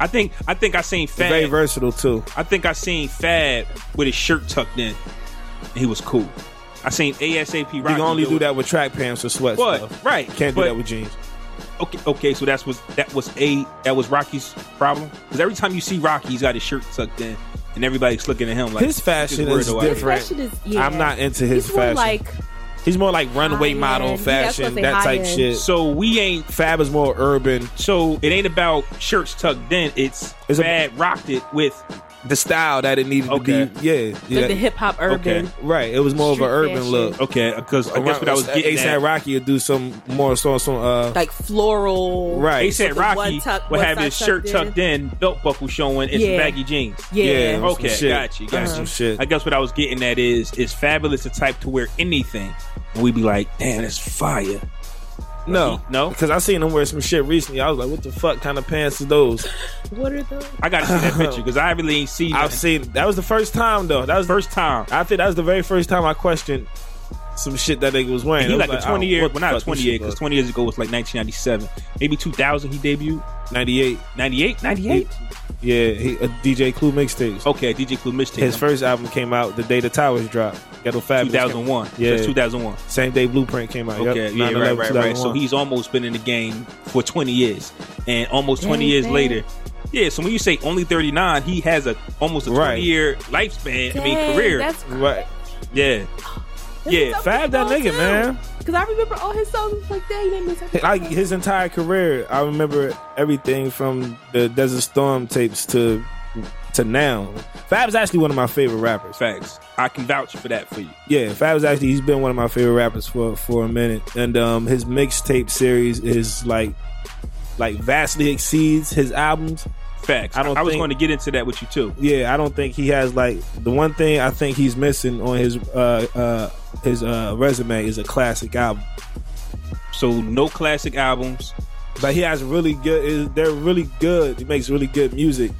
I think I think I seen He's Very Fab. versatile too. I think I seen Fab with his shirt tucked in, and he was cool. I seen ASAP. You can Rocky only do it. that with track pants or sweats. though. But right, Can't do but- that with jeans. Okay, okay, so that's was that was a that was Rocky's problem because every time you see Rocky, he's got his shirt tucked in, and everybody's looking at him like His fashion this is weirdo out His different. fashion is. Yeah. I'm not into his he's more fashion. Like he's more like runway High-end. Yeah, model I was fashion, gonna say that type high-end. shit. here." So we ain't Fab is more urban. so it ain't about shirts tucked in. It's, It's a- Fab rocked it with The style that it needed Okay. to be. Yeah, like yeah. the hip hop urban. right. It was more Street of an urban fashion. look. okay because I guess what I was getting ASAP at. Rocky would do some more so some uh Like floral. right. ASAP One Rocky tuck- would one have his side shirt tucked in. tucked in, belt buckle showing, and some Yeah. baggy jeans. Yeah. Uh-huh. Yeah. Okay, some shit. got you, got Some you. shit. I guess what I was getting at is is fabulous the type to wear anything, and we'd be like, damn, that's fire. No, No? because I seen him wear some shit recently. I was like, "What the fuck kind of pants are those?" What are those? I gotta see that picture because I really ain't seen. I've that. seen that was the first time though. That was first time. I think that was the very first time I questioned some shit that nigga was wearing. He I was like, a 20 oh, year, what well, the not fuck 20 this year, shit because was. 20 years ago was like 1997. Maybe 2000 he debuted. 98. 98? 98? Yeah, he, a DJ Clue mixtapes. Okay, DJ Clue Mistake. His first album came out the day the Towers dropped. Ghetto Fabulous. came- 2001. Yeah. Yeah. 2001. Same day Blueprint came out. Yep. Okay, yeah, right, 9/11, right, right. So 2001. he's almost been in the game for 20 years. And almost 20 Dang, years dang. later, yeah, so when you say only 39, he has a almost a 20 Right. year lifespan, I mean, Dang, career. That's right. yeah. Yeah, Fab that nigga, man. Because I remember all his songs. was Like, dang, that means I can- like his entire career. I remember everything from the Desert Storm tapes to to now. Fab's actually one of my favorite rappers. Facts. I can vouch for that for you. Yeah, Fab's actually he's been one of my favorite rappers for for a minute, and um, his mixtape series is like like vastly exceeds his albums. Facts. I I don't don't. I was think- going to get into that with you too. Yeah, I don't think he has like the one thing I think he's missing on his uh uh his uh resume is a classic album. So no classic albums. But he has really good. is- They're really good. He makes really good music,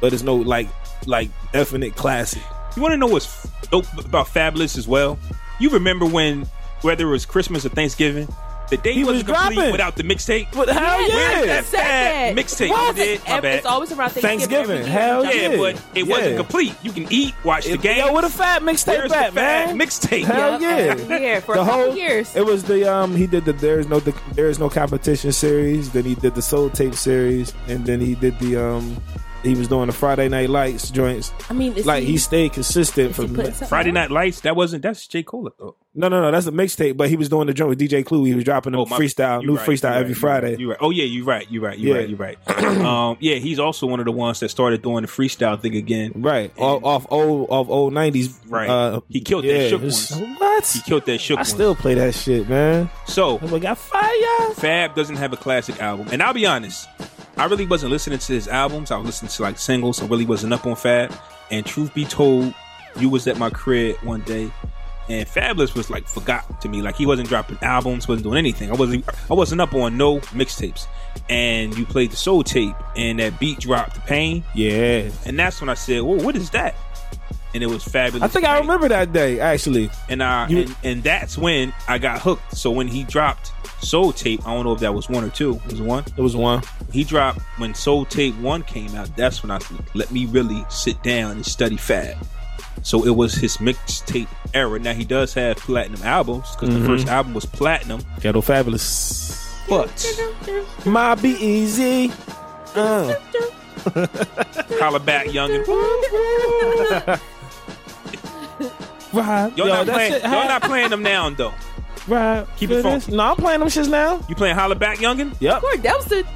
but it's no like like definite classic. You want to know what's dope about Fabulous as well? You remember when, whether it was Christmas or Thanksgiving, the day He wasn't was complete dropping. without the mixtape. But hell yeah! Yes, yeah. I said that. Mixtape, Why you is did? it My ev- bad. It's always around Thanksgiving. Thanksgiving, every year. hell Y'all- Oh, yeah. yeah, but it wasn't Yeah. complete. You can eat, watch the game. Yo, where the fat mixtape Where's the at, fat man? mixtape? Hell Oh, Yeah, yeah! every year for a the couple whole years. It was the um. He did the there is no the, there is no competition series. Then he did the soul tape series, and then he did the um. He was doing the Friday Night Lights joints. I mean, is Like he, he stayed consistent is he from putting something Friday out? Night Lights. That wasn't. That's J Cole. Oh, though. no no no. That's the mixtape, but he was doing the joint with DJ Clue. He was dropping a Oh, my- freestyle, you new right, freestyle you right, every you Friday. Right, you right. Oh yeah, you're right. You're right. You're Yeah. right. You're right. um, yeah, he's also one of the ones that started doing the freestyle thing again. Right. off, off old off old nineties. Right. Uh, He killed that yeah, shook it's- one. What? He killed that shook I one. still play that shit, man. so I'm like, I fire. Fab doesn't have a classic album, and I'll be honest, I really wasn't listening to his albums. I was listening to like singles. I really wasn't up on Fab. And truth be told, you was at my crib one day, and Fabulous was like forgot to me. Like he wasn't dropping albums, wasn't doing anything. I wasn't. I wasn't up on no mixtapes. And you played the soul tape, and that beat dropped the pain. Yeah. And that's when I said, "Well, what is that?" And it was fabulous. I think I Right. remember that day actually. And I You- and, and that's when I got hooked. So when he dropped Soul Tape, I don't know if that was one or two. It was one. It was one. He dropped when Soul Tape One came out. That's when I said, let me really sit down and study Fab. So it was his mixtape era. Now he does have platinum albums because the first album was platinum. Ghetto Fabulous. But My be easy. Uh. holla back, youngin. Rob, Y'all, yo, not that playing, shit y'all had- not playing them now though. Rob, Keep it goodness. No, I'm playing them shits now. You playing holla back, youngin? Yep. Lord, that was the.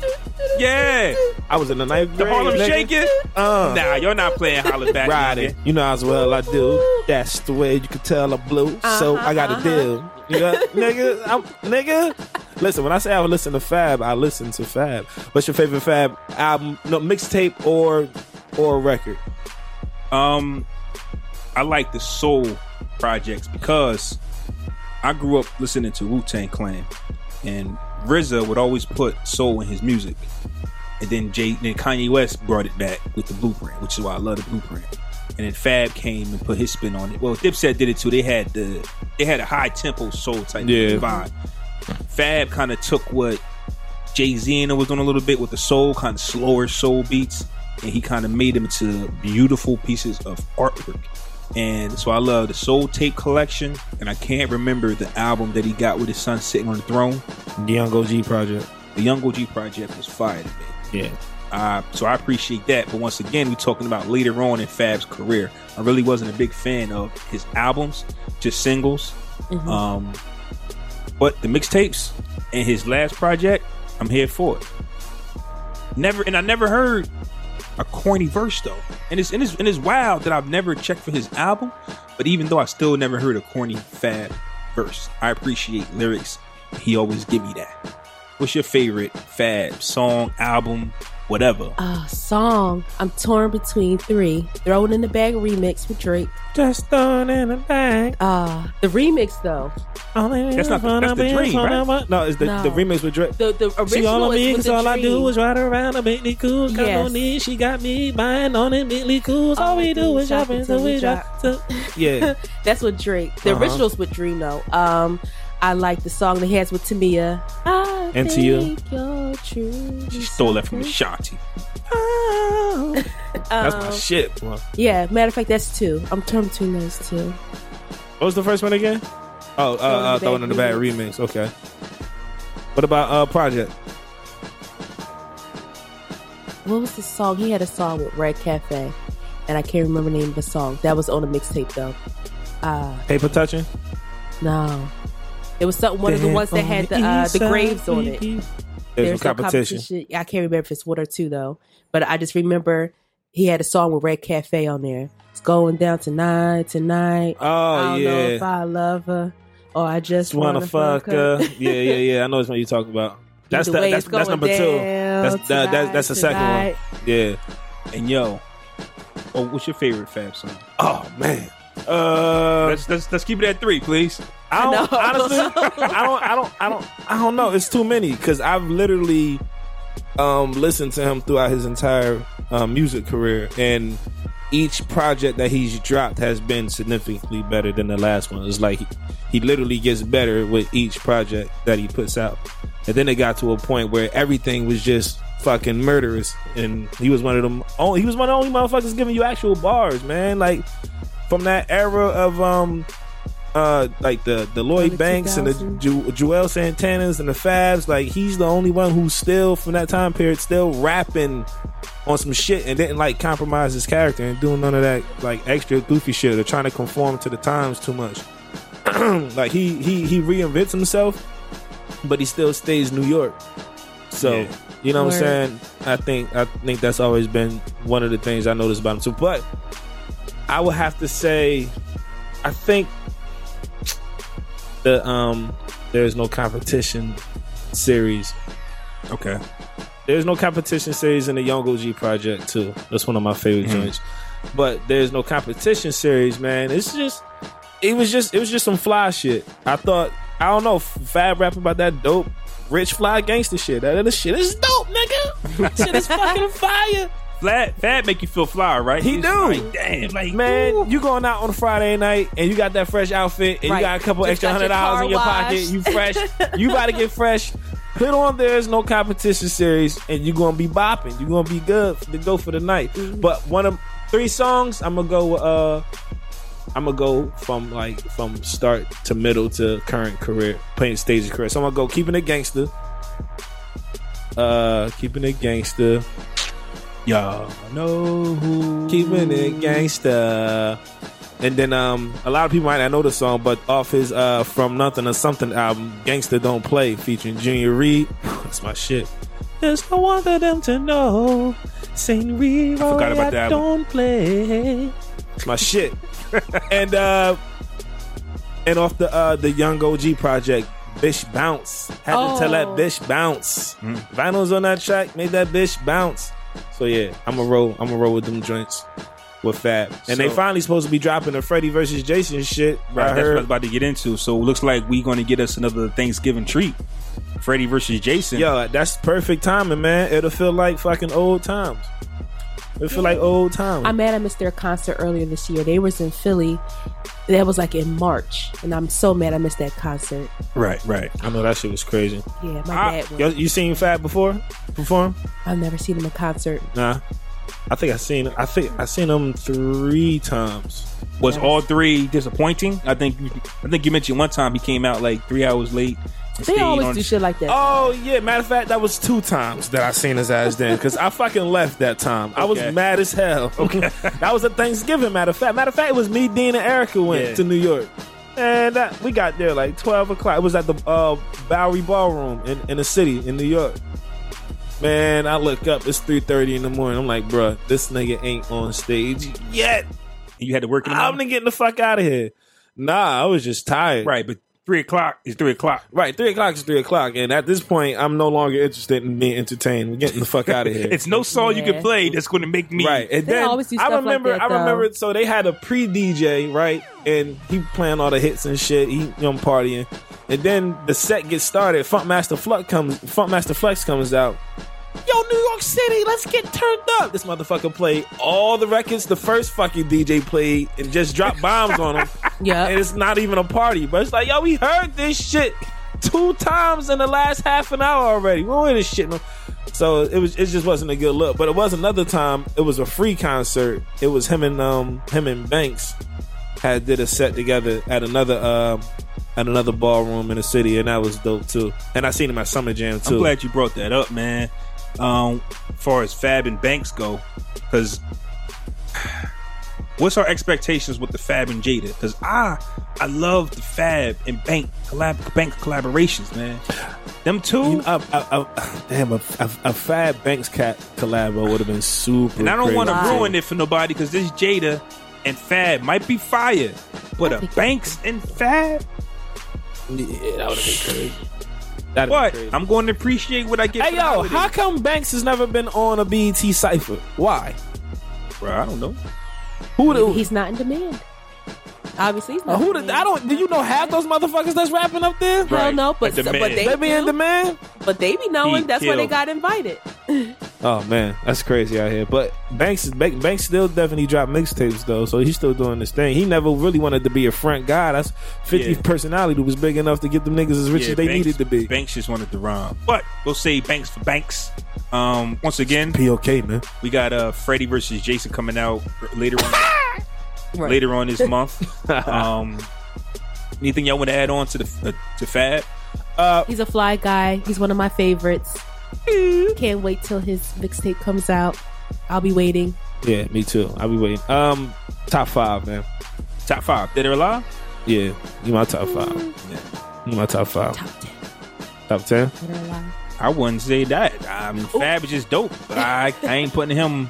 Yeah. I was in the ninth The grade. Harlem nigga. Shaking. Uh. Nah, you're not playing holla back. Riding, Youngin. you know as well I do. That's the way you can tell I'm blue. so Uh-huh, I got uh-huh. a deal, you know, nigga. I'm, nigga, listen. When I say I listen to Fab, I listen to Fab. What's your favorite Fab album? No mixtape or or record? Um, I like the soul projects because I grew up listening to Wu Tang Clan, and RZA would always put soul in his music, and then Jay, then Kanye West brought it back with the Blueprint, which is why I love the Blueprint. And then Fab came and put his spin on it. Well, Dipset did it too. They had the they had a high tempo soul type Yeah. vibe. Fab kind of took what Jay Z was doing a little bit with the soul, kind of slower soul beats, and he kind of made them into beautiful pieces of artwork. And so I love the soul tape collection, and I can't remember the album that he got with his son sitting on the throne. The Young OG project. The Young OG project was fire to me. Yeah. Uh, so I appreciate that. But once again, we're talking about later on in Fab's career. I really wasn't a big fan of his albums, just singles. Um, but the mixtapes and his last project, I'm here for it. Never, and I never heard a corny verse though. And it's and it's, and it's wild that I've never checked for his album. But even though I still never heard a corny Fab verse, I appreciate lyrics. He always give me that. What's your favorite Fab song, album, whatever? Uh, song. I'm torn between three. Thrown in the bag remix with Drake. Just thrown in the bag. Uh, the remix though. That's not the- that's the dream, right? No, it's the, No. the remix with Drake. The the original She all on is me, with cause the all I do dream. is ride around a Bentley Cool. Got no Yes. need, she got me buying on it Bentley Cool. All we do is shop shopping, until so we we drop. drop. to- Yeah, That's with Drake. The Uh-huh. originals with Dream though. Um, I like the song that he has with Tamia. I And to you. think you're truly She stole that from Ashanti. something. that's my Um, shit. bro. What Yeah, matter of fact, that's two. I'm torn between those two. was the first one again? Oh, uh, uh, Throwing throwing in the bag remix. Okay. What about uh project? What was the song? He had a song with Red Cafe, and I can't remember the name of the song. That was on a mixtape though. Uh, Paper touching. no, it was something. One of the ones that had the uh, the graves on it. There's, There's no competition. competition. I can't remember if it's one or two though, but I just remember he had a song with Red Cafe on there. It's going down tonight, tonight. I Oh don't know if yeah, I love her or I just just wanna fuck her. yeah, yeah, yeah. I know it's what you talking about. That's Either the, way, that's, it's that's going number two. down That's- that- that's- that's the second one. tonight. Yeah. And yo, oh, what's your favorite Fab song? Oh man. Uh, Let's let's, let's keep it at three, please. I don't No. honestly. I don't. I don't. I don't. I don't know. It's too many because I've literally um, listened to him throughout his entire um, music career, and each project that he's dropped has been significantly better than the last one. It's like he, he literally gets better with each project that he puts out, and then it got to a point where everything was just fucking murderous, and he was one of them. Only, he was one of the only motherfuckers giving you actual bars, man. Like from that era of um uh like the the Lloyd Early Banks and the 2000s. Ju- Joel Santanas and the Fabs like he's the only one who's still from that time period still rapping on some shit and didn't like compromise his character and doing none of that like extra goofy shit or trying to conform to the times too much like he he he reinvents himself but he still stays New York so Yeah. you know what I'm Word. saying I think I think that's always been one of the things I noticed about him too but I would have to say, I think the um there is no competition series. Okay. There's no competition series in the Young OG project too. That's one of my favorite joints. But there's no competition series, man. It's just it was just it was just some fly shit. I thought I don't know Fab rapping about that dope rich fly gangster shit. That other shit is dope, nigga. shit is fucking fire. Fab Fab make you feel fly, right? He It's do. Like, damn, like Man, ooh. you going out on a Friday night and you got that fresh outfit and Right. you got a couple Just extra got hundred your dollars in your car pocket. washed. You fresh. you about to get fresh. Put on there's no competition series and you're gonna be bopping. You're gonna be good to go for the night. Mm-hmm. But one of three songs, I'm gonna go. uh I'm gonna go from like from start to middle to current career, playing stage of career. So I'm gonna go keeping it gangster. Uh, keeping it gangster. y'all know who Keeping it gangsta. And then um, a lot of people might not know the song, but off his uh, From Nothing or Something album, Gangsta Don't Play, featuring Junior Reed. That's my shit. There's no one for them to know. Saint Reed, I forgot about that album. don't play. It's my shit. and uh, and off the uh, the Young OG project, Bish Bounce. Had to tell that Oh. bitch bounce. Vinyls on that track made that bitch bounce. So yeah, I'm a roll. I'm a roll with them joints with Fab, and they So- finally supposed to be dropping the Freddy versus Jason shit. I Right, that's what I was heard. about to get into. So it looks like we're going to get us another Thanksgiving treat. Freddy versus Jason. Yo, that's perfect timing, man. It'll feel like fucking old times. It'll feel like old times. I'm mad I missed their concert earlier this year. They was in Philly. That was like in March, and I'm so mad I missed that concert. Right, right. I know that shit was crazy. Yeah, my I- bad. One. Yo, you seen Fab before perform? I've never seen him in concert. Nah. I think I seen. I think I seen him three times. Was all three disappointing? I think you, I think you mentioned one time he came out like three hours late. and They stayed always on- do shit like that. Oh yeah, matter of fact, that was two times that I seen his ass then because I fucking left that time. I was Okay. mad as hell. Okay, that was a Thanksgiving. Matter of fact, matter of fact, it was me, Dean, and Erica went Yeah. to New York, and uh, we got there like twelve o'clock. It was at the uh, Bowery Ballroom in, in the city in New York. Man, I look up. It's three thirty in the morning. I'm like, bruh, this nigga ain't on stage yet. And you had to work in the I'm morning? gonna get the fuck out of here. Nah, I was just tired. Right, but three o'clock is three o'clock. Right, three o'clock is three o'clock, and at this point, I'm no longer interested in being entertained. We're getting the fuck out of here. It's no song you Yeah. can play that's going to make me. right, and They then always do I stuff like remember, that, I though. remember. So they had a pre DJ, right, and he playing all the hits and shit. He, you know, I'm partying, and then the set gets started. Funkmaster Flux comes, Funkmaster Flex comes out. Yo, New York City, let's get turned up. This motherfucker played all the records the first fucking DJ played and just dropped bombs on him and yeah, it's not even a party. But it's like, yo, we heard this shit two times in the last half an hour already. We don't hear this shit. No. So it was, it just wasn't a good look. But it was another time. It was a free concert. It was him and um him and Banks had did a set together at another um at another ballroom in the city, and that was dope too. And I seen him at Summer Jam too. I'm glad you brought that up, man. Um, as far as Fab and Banks go, because What's our expectations with the Fab and Jada? Because I I love the Fab and Bank collab Bank collaborations, man. Them two, You know, I, I, I, damn, a, a, a Fab Banks cat collabo would have been super. and I don't want to Wow. ruin it for nobody because this Jada and Fab might be fire, but a Banks and Fab, Yeah, that would have been crazy. That'd be what? crazy. I'm going to appreciate what I get. Hey for yo, the how holidays. come Banks has never been on a BET cipher? Why? Bruh, I don't know. Who the He's not in demand. Obviously, he's Uh, not. who in did, I demand. don't. Do you know half those motherfuckers that's rapping up there? Hell Right. no, but A but demand. they They be in do. demand. But they be He knowing that's why they killed. got invited. Oh man, that's crazy out here. But Banks, is- Bank- Banks still definitely dropped mixtapes though, so he's still doing this thing. He never really wanted to be a front guy. That's fifty Yeah. personality was big enough to get them niggas as rich Yeah, as they Banks- needed to be. Banks just wanted to rhyme, but we'll say Banks for Banks. Um, once again, POK man. we got uh Freddie versus Jason coming out later on. Right. Later on this month. um, anything y'all want to add on to the uh, to Fab? He's a fly guy. He's one of my favorites. Mm-hmm. Can't wait till his mixtape comes out. I'll be waiting. Yeah, me too. I'll be waiting. Um, top five man. Top five, dead or alive? Yeah, you my top five. You my top five. Top ten. Top ten. Better alive. I wouldn't say that. I mean, Fab is just dope, but I, I ain't putting him.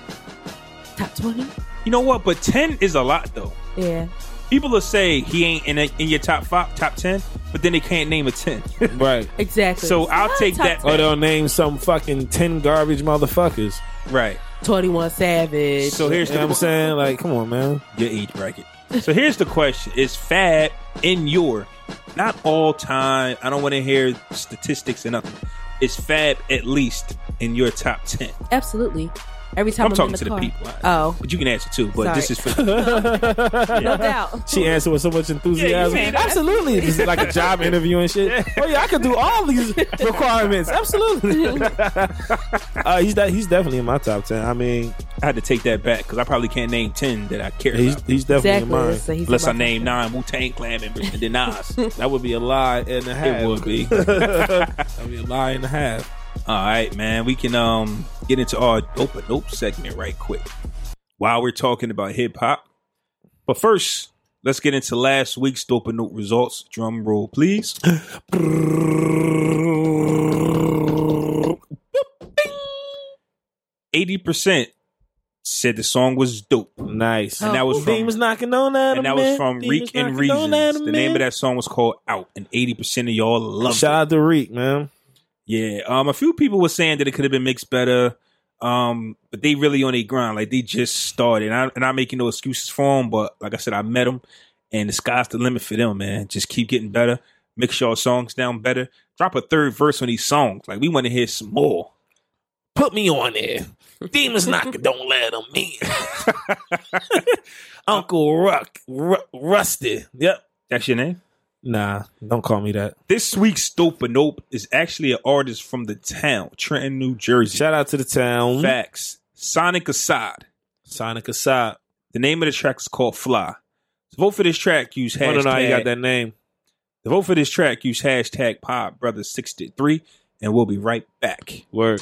Top twenty. You know what? But ten is a lot though. Yeah. People will say he ain't in, a, in your top five, top ten, but then they can't name a ten. Right. Exactly. So I'll Not take top that- Or they'll name some fucking ten garbage motherfuckers. right. 21 Savage. So here's You know what I'm the saying? Like, come on, man. your age bracket. So here's the question: Is Fab in your not all time? I don't want to hear statistics and nothing. Is Fab at least in your top ten? Absolutely. Every time I'm I'm, talking in the to the car. people. Oh, But you can answer too. But this is for no doubt. She answered with so much enthusiasm. Yeah, you made that. Absolutely. This is like a job interview and shit. Oh yeah, I could do all these requirements. Absolutely. uh, he's de- he's definitely in my top ten. I mean, I had to take that back because I probably can't name ten that I care he's about. he's definitely in Exactly. mine. So he's Unless I about to- name nine Wu Tang Clan members and then Nas, That would be a lie and a half. it would be. That'd be a lie and a half. All right, man. We can um get into our dope or nope segment right quick while we're talking about hip hop. But first, let's get into last week's dope or nope results. Drum roll, please. Eighty percent said the song was dope, and Nice. Oh. that was from Demons knocking on at and that was from Reek and Reasons. The name of that song was called Out, and eighty percent of y'all loved Shout it. out to Reek, man. Yeah. Um, a few people were saying that it could have been mixed better. Um, but they really on their grind. Like they just started. And I and I'm making no excuses for them, but like I said, I met them and the sky's the limit for them, man. Just keep getting better. Mix your songs down better. Drop a third verse on these songs. Like we want to hear some more. Put me on there. Demons knocking, don't let them in. Uncle Ruck, Ru- Rusty. Yep. That's your name? Nah, don't call me that. This week's Dope or Nope is actually an artist from the town, Trenton, New Jersey. Shout out to the Hmm? town. Facts. Sonic Assad. Sonic Assad. The name of the track is called Fly. To vote for this track, use I hashtag. don't know how you got that name. To vote for this track, use hashtag PodBrothers63, and we'll be right back. Word.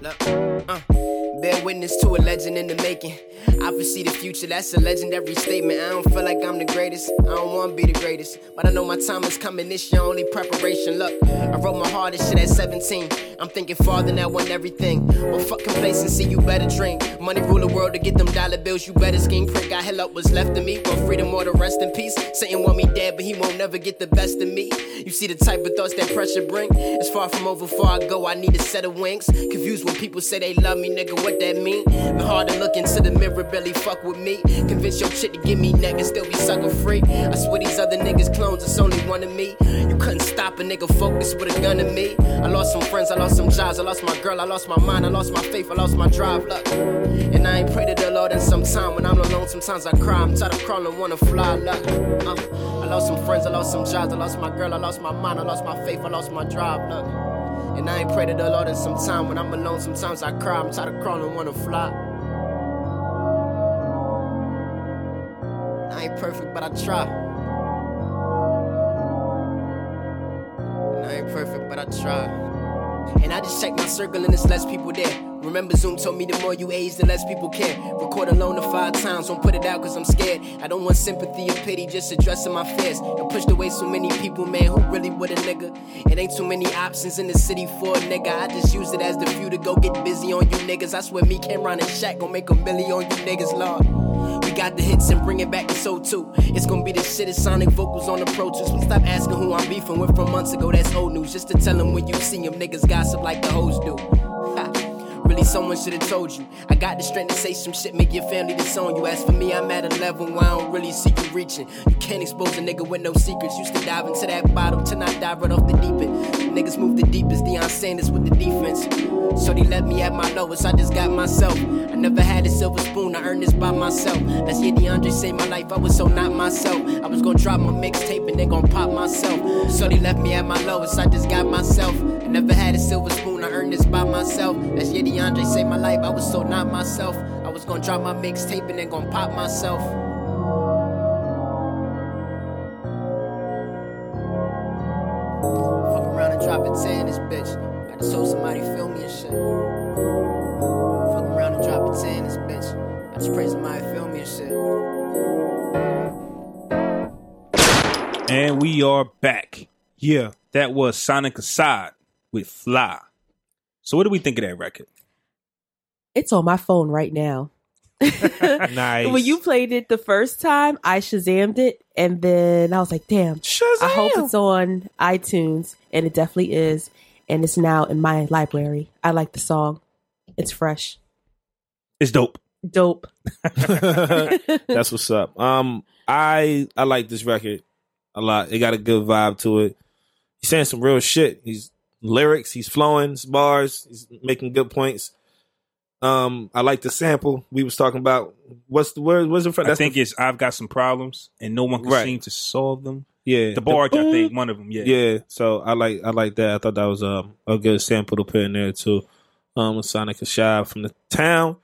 Look, uh, bear witness to a legend in the making. I foresee the future, that's a legendary statement. I don't feel like I'm the greatest, I don't wanna be the greatest. But I know my time is coming, this your only preparation. Look, I wrote my hardest shit at 17. I'm thinking farther than I want everything. Well, fuck complacency, you better drink. Money rule the world to get them dollar bills, you better scheme. Prick, I hell up what's left of me. Want freedom or the rest in peace. Satan want me dead, but he won't never get the best of me. You see the type of thoughts that pressure bring. It's far from over, far I go. I need a set of wings. Confused when people say they love me, nigga, what that mean? Been hard to look into the mirror, barely fuck with me. Convince your shit to give me nigga, still be sucker free. I swear these other niggas clones, it's only one of me. You couldn't stop a nigga focus with a gun to me. I lost some friends, I lost some jobs, I lost my girl, I lost my mind, I lost my faith, I lost my drive. Look, and I ain't pray to the Lord more than some time. When I'm alone, sometimes I cry. I'm tired of crawling, wanna fly. Look, uh, I lost some friends, I lost some jobs, I lost my girl, I lost my mind, I lost my faith, I lost my drive. Look, and I ain't prayed to the Lord in some time. When I'm alone, sometimes I cry. I'm tired of crawling, wanna fly. I ain't perfect, but I try. And I ain't perfect, but I try. And I just check my circle and it's less people there. Remember, Zoom told me the more you age, the less people care. Record alone to five times, don't put it out cause I'm scared. I don't want sympathy or pity, just addressing my fears. I pushed away so many people, man, who really with a nigga? It ain't too many options in the city for a nigga. I just use it as the view to go get busy on you niggas. I swear, me, Cameron, and Shaq gon' make a million on you niggas, Lord. We got the hits and bring it back to soul too. It's gonna be the shit it's sonic vocals on the Pro Tools. We stop asking who I'm beefing with from months ago. That's old news. Just to tell them when you see them niggas gossip like the hoes do. Ha. Really, someone should have told you. I got the strength to say some shit, make your family disown you. As for me, I'm at a level where I don't really see you reaching. You can't expose a nigga with no secrets. Used to dive into that bottom, till I dive right off the deep end. Niggas move the deepest, Deion Sanders with the defense. So they left me at my lowest, I just got myself. I never had a silver spoon, I earned this by myself. Let's hear DeAndre say my life, I was so not myself. I was gonna drop my mixtape and they gon' pop myself. So they left me at my lowest, I just got myself. I never had a silver spoon, I earned this by myself. Let's hear DeAndre say my life, I was so not myself. I was gonna drop my mixtape and then gon' pop myself. Fuck around and drop a 10 in this bitch. I just hope somebody feel me and shit. Fuck around and drop a 10 in this bitch. I just pray somebody feel me and shit. And we are back. Yeah, that was Sonic Assad with Fly. So what do we think of that record? It's on my phone right now. Nice. When you played it the first time, I Shazammed it, and then I was like, damn, I hope it's on iTunes, and it definitely is. And it's now in my library. I like the song. It's fresh. It's dope. Dope. That's what's up. Um, I I like this record a lot. It got a good vibe to it. He's saying some real shit. He's lyrics. He's flowing. It's bars. He's making good points. Um, I like the sample we was talking about. What's the word? What's the front? I think it's I've got some problems and no one can Right. seem to solve them. yeah. The barge, I think, one of them. Yeah. Yeah, so I like I like that. I thought that was um, a good sample to put in there too. Um, Sonic Ashad from the town,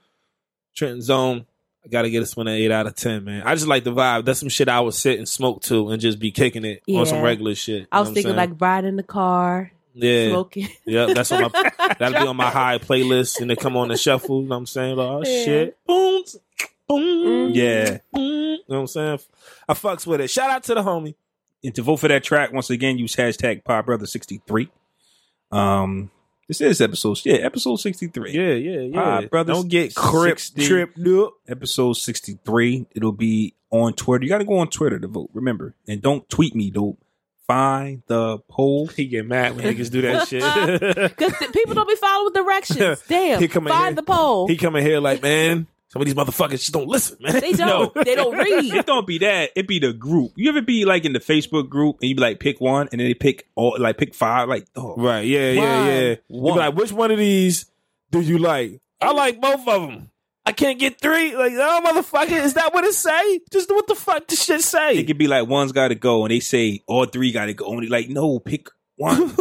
Trenton Zone. I gotta get this one an eight out of ten, man. I just like the vibe. That's some shit I would sit and smoke to and just be kicking it on some Yeah. regular shit. You I know what was I'm thinking saying? like riding in the car, yeah, smoking. yeah. That's on my that'll be on my high playlist and they come on the shuffle. You know what I'm saying? Like, oh Yeah. shit, boom, boom, Mm. Yeah. boom. You know what I'm saying? I fucks with it. Shout out to the homie. And to vote for that track, once again, use hashtag PodBrother63. Um, this is episode, yeah, episode 63. Yeah, yeah, yeah. Ah, brothers, Don't get crip 60. tripped up. Episode 63. It'll be on Twitter. You got to go on Twitter to vote, remember. And don't tweet me, dope. Find the poll. He get mad when niggas do that shit. Because people don't be following directions. Damn. He come in here. Find the poll. he coming here like, man, some of these motherfuckers just don't listen, man. they don't. They don't read. It don't be that. It be the group. You ever be like in the Facebook group and you be like pick one and then they pick all like pick five like oh Right? Yeah, yeah, yeah. You be One. like, which one of these do you like? I like both of them. I can't get three. Like, oh motherfucker, is that what it say? Just what the fuck does shit say? it could be like one's got to go and they say all three got to go and they like no pick one.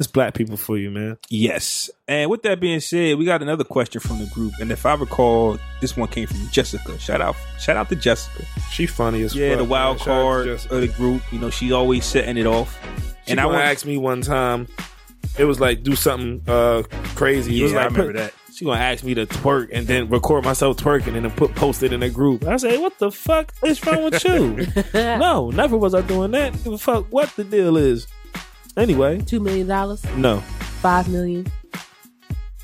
it's black people for you, man. yes. And with that being said, we got another question from the group and if I recall, this one came from Jessica. Shout out shout out to Jessica. She funny as Yeah, fuck, the wild man. Shout out to card Jessica. of the group. You know, she's always setting it off. She and I gonna want asked me one time. It was like do something uh crazy. It was Yeah, I like, remember put- that. She gonna ask me to twerk and then record myself twerking and then put post it in a group. I say, what the fuck is wrong with you? no, never was I doing that. Give a fuck what the deal is. Anyway, Two million dollars, no. five million.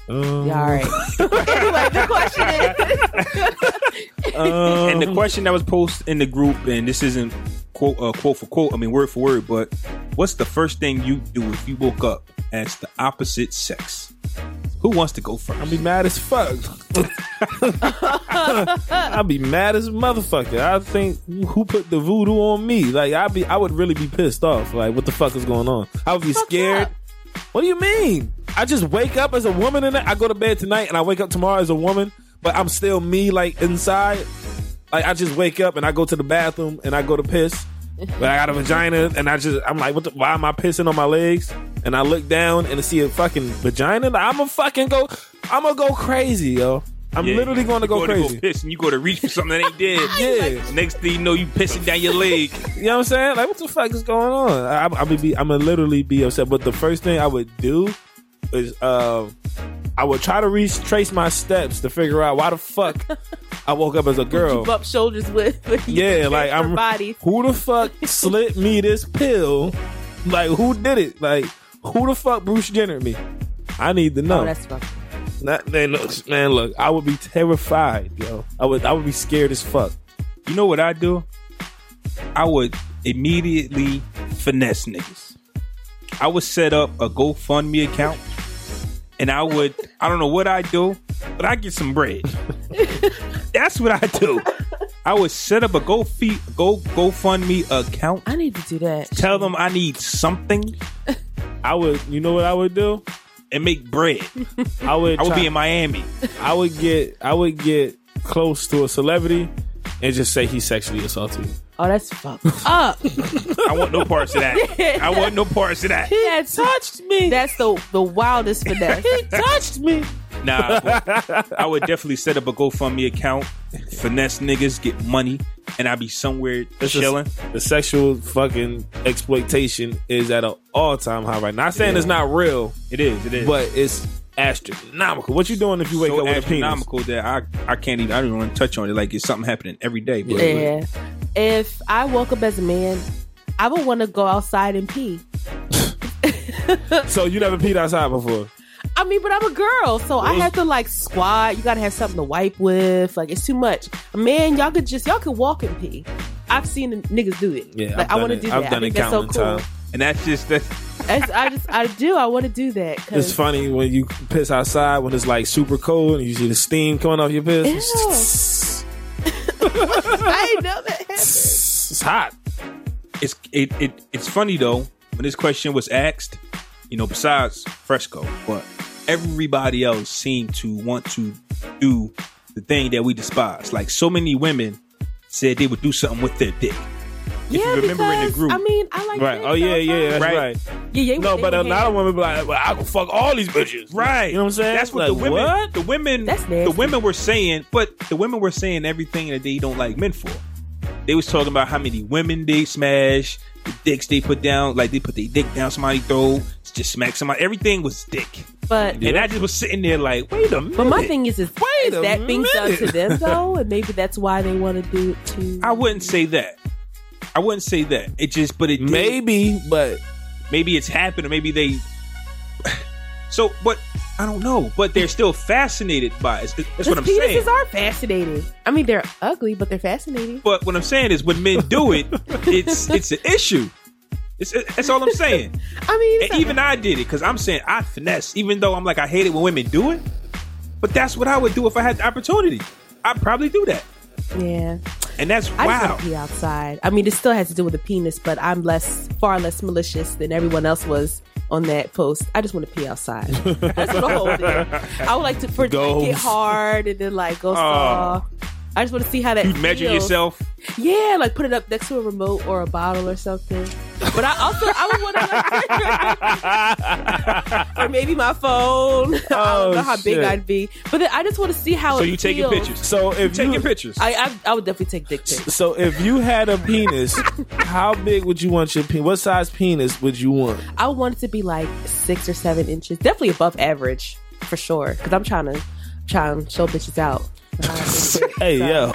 Um, Yeah, all right. like the question is, and Um, the question that was posted in the group, and this isn't quote uh, quote for quote, I mean word for word, but what's the first thing you do if you woke up as the opposite sex? Who wants to go first? I'll be mad as fuck. I'll be mad as a motherfucker. I think who put the voodoo on me? Like I be, I would really be pissed off. Like what the fuck is going on? I would be scared. up. What do you mean? I just wake up as a woman and I go to bed tonight and I wake up tomorrow as a woman. but I'm still me like inside. Like I just wake up and I go to the bathroom and I go to piss. But I got a vagina and I just I'm like, what the, why am I pissing on my legs? And I look down and see a fucking vagina. I'ma fucking go I'ma go crazy, yo. I'm Yeah, literally you- gonna you go To crazy. go piss and you go to reach for something that ain't dead. Yeah. Next thing you know, you pissing down your leg. You know what I'm saying? Like, what the fuck is going on? I, I, I would be, I'm gonna literally be upset. But the first thing I would do is, um, I would try to retrace my steps to figure out why the fuck I woke up as a girl. Bump shoulders with. with Oh. Yeah, your like I'm. body. Who the fuck slit me this pill? Like, who did it? Like, who the fuck Bruce Jenner me? I need to know. Oh, that's rough. Not- man, look, man, look, I would be terrified, yo. I would, I would be scared as fuck. You know what I do? I would immediately finesse niggas. I would set up a GoFundMe account and I would, I don't know what I do, but I get some bread. That's what I do. I would set up a Go Go GoFundMe account. I need to do that. Tell them I need something I would, you know what I would do? and make bread. I would, I would try- be in Miami. I would get I would get close to a celebrity and just say he sexually assaulted me. Oh, that's fucked up. I want no parts of that. I want no parts of that. He touched me. That's the the wildest finesse. Touched me. Nah, but I would definitely set up a GoFundMe account, finesse niggas, get money, and I'd be somewhere It's just- chilling. The sexual fucking exploitation is at an all time high right now. Not saying it's not real, It is, it is. but it's astronomical. What you doing if you wake so up with a penis? astronomical that I, I can't even I don't even want to touch on it. Like it's something happening every day. But yeah. If I woke up as a man, I would want to go outside and pee. So you never peed outside before. I mean, but I'm a girl, so I have to like squat. You gotta have something to wipe with. Like it's too much. Man, y'all could just y'all could walk and pee. I've seen the niggas do it. Yeah, like I've I want to done do it. that. I've I done think it that's so countless cool. times. and that's just that's That's- I just I do. I want to do that. It's Cause, funny when you piss outside when it's like super cold and you see the steam coming off your piss. I ain't know that happened. It's hot. it's it, it it's funny though when this question was asked. You know, besides Fresco, but everybody else seemed to want to do the thing that we despise. Like so many women said they would do something with their dick. yeah, you remember in the because, group. I mean, I like Right. dicks Oh yeah, outside. yeah, that's Right. right. yeah, yeah. No, they but a would lot have- of women be like, well, I can fuck all these bitches. You Right. know what I'm saying? That's what Like, the women what? the women That's the nasty. women were saying, but the women were saying everything that they don't like men for. They was talking about how many women they smash, the dicks they put down, like they put their dick down somebody's throat, just smack somebody. Everything was dick. But And I just was sitting there like, wait a minute. But my thing is, is, Wait is a that being done to minute. them though, and maybe that's why they want to do it too. I wouldn't say that. I wouldn't say that. It just but it did. Maybe, but maybe it's happened or maybe they So but I don't know. But they're still fascinated by it. That's what I'm penises saying. are fascinating. I mean, they're ugly, but they're fascinating. But what I'm saying is, when men do it, it's it's an issue. It's, that's all I'm saying. I mean, And even I did it because I'm saying I finesse. Even though I'm like I hate it when women do it, but that's what I would do if I had the opportunity. I'd probably do that, yeah, and that's I just wow. want to pee outside. I mean, it still has to do with the penis, but I'm less, far less malicious than everyone else was on that post. I just want to pee outside. that's what I whole thing. I would like to for, Go. like, get hard and then like go soft. I just want to see how that Oh. You measure feels. yourself. Yeah, like put it up next to a remote or a bottle or something. But I also I would want to like, or maybe my phone. I Oh, don't know how shit. big I'd be, but then I just want to see how. So it you taking feels. pictures. so if you, Taking pictures. I, I I would definitely take dick pics. so if you had a penis, how big would you want your penis? What size penis would you want? I would want it to be like six or seven inches, definitely above average for sure. Because I'm trying to trying to show bitches out. Hey yo, nah,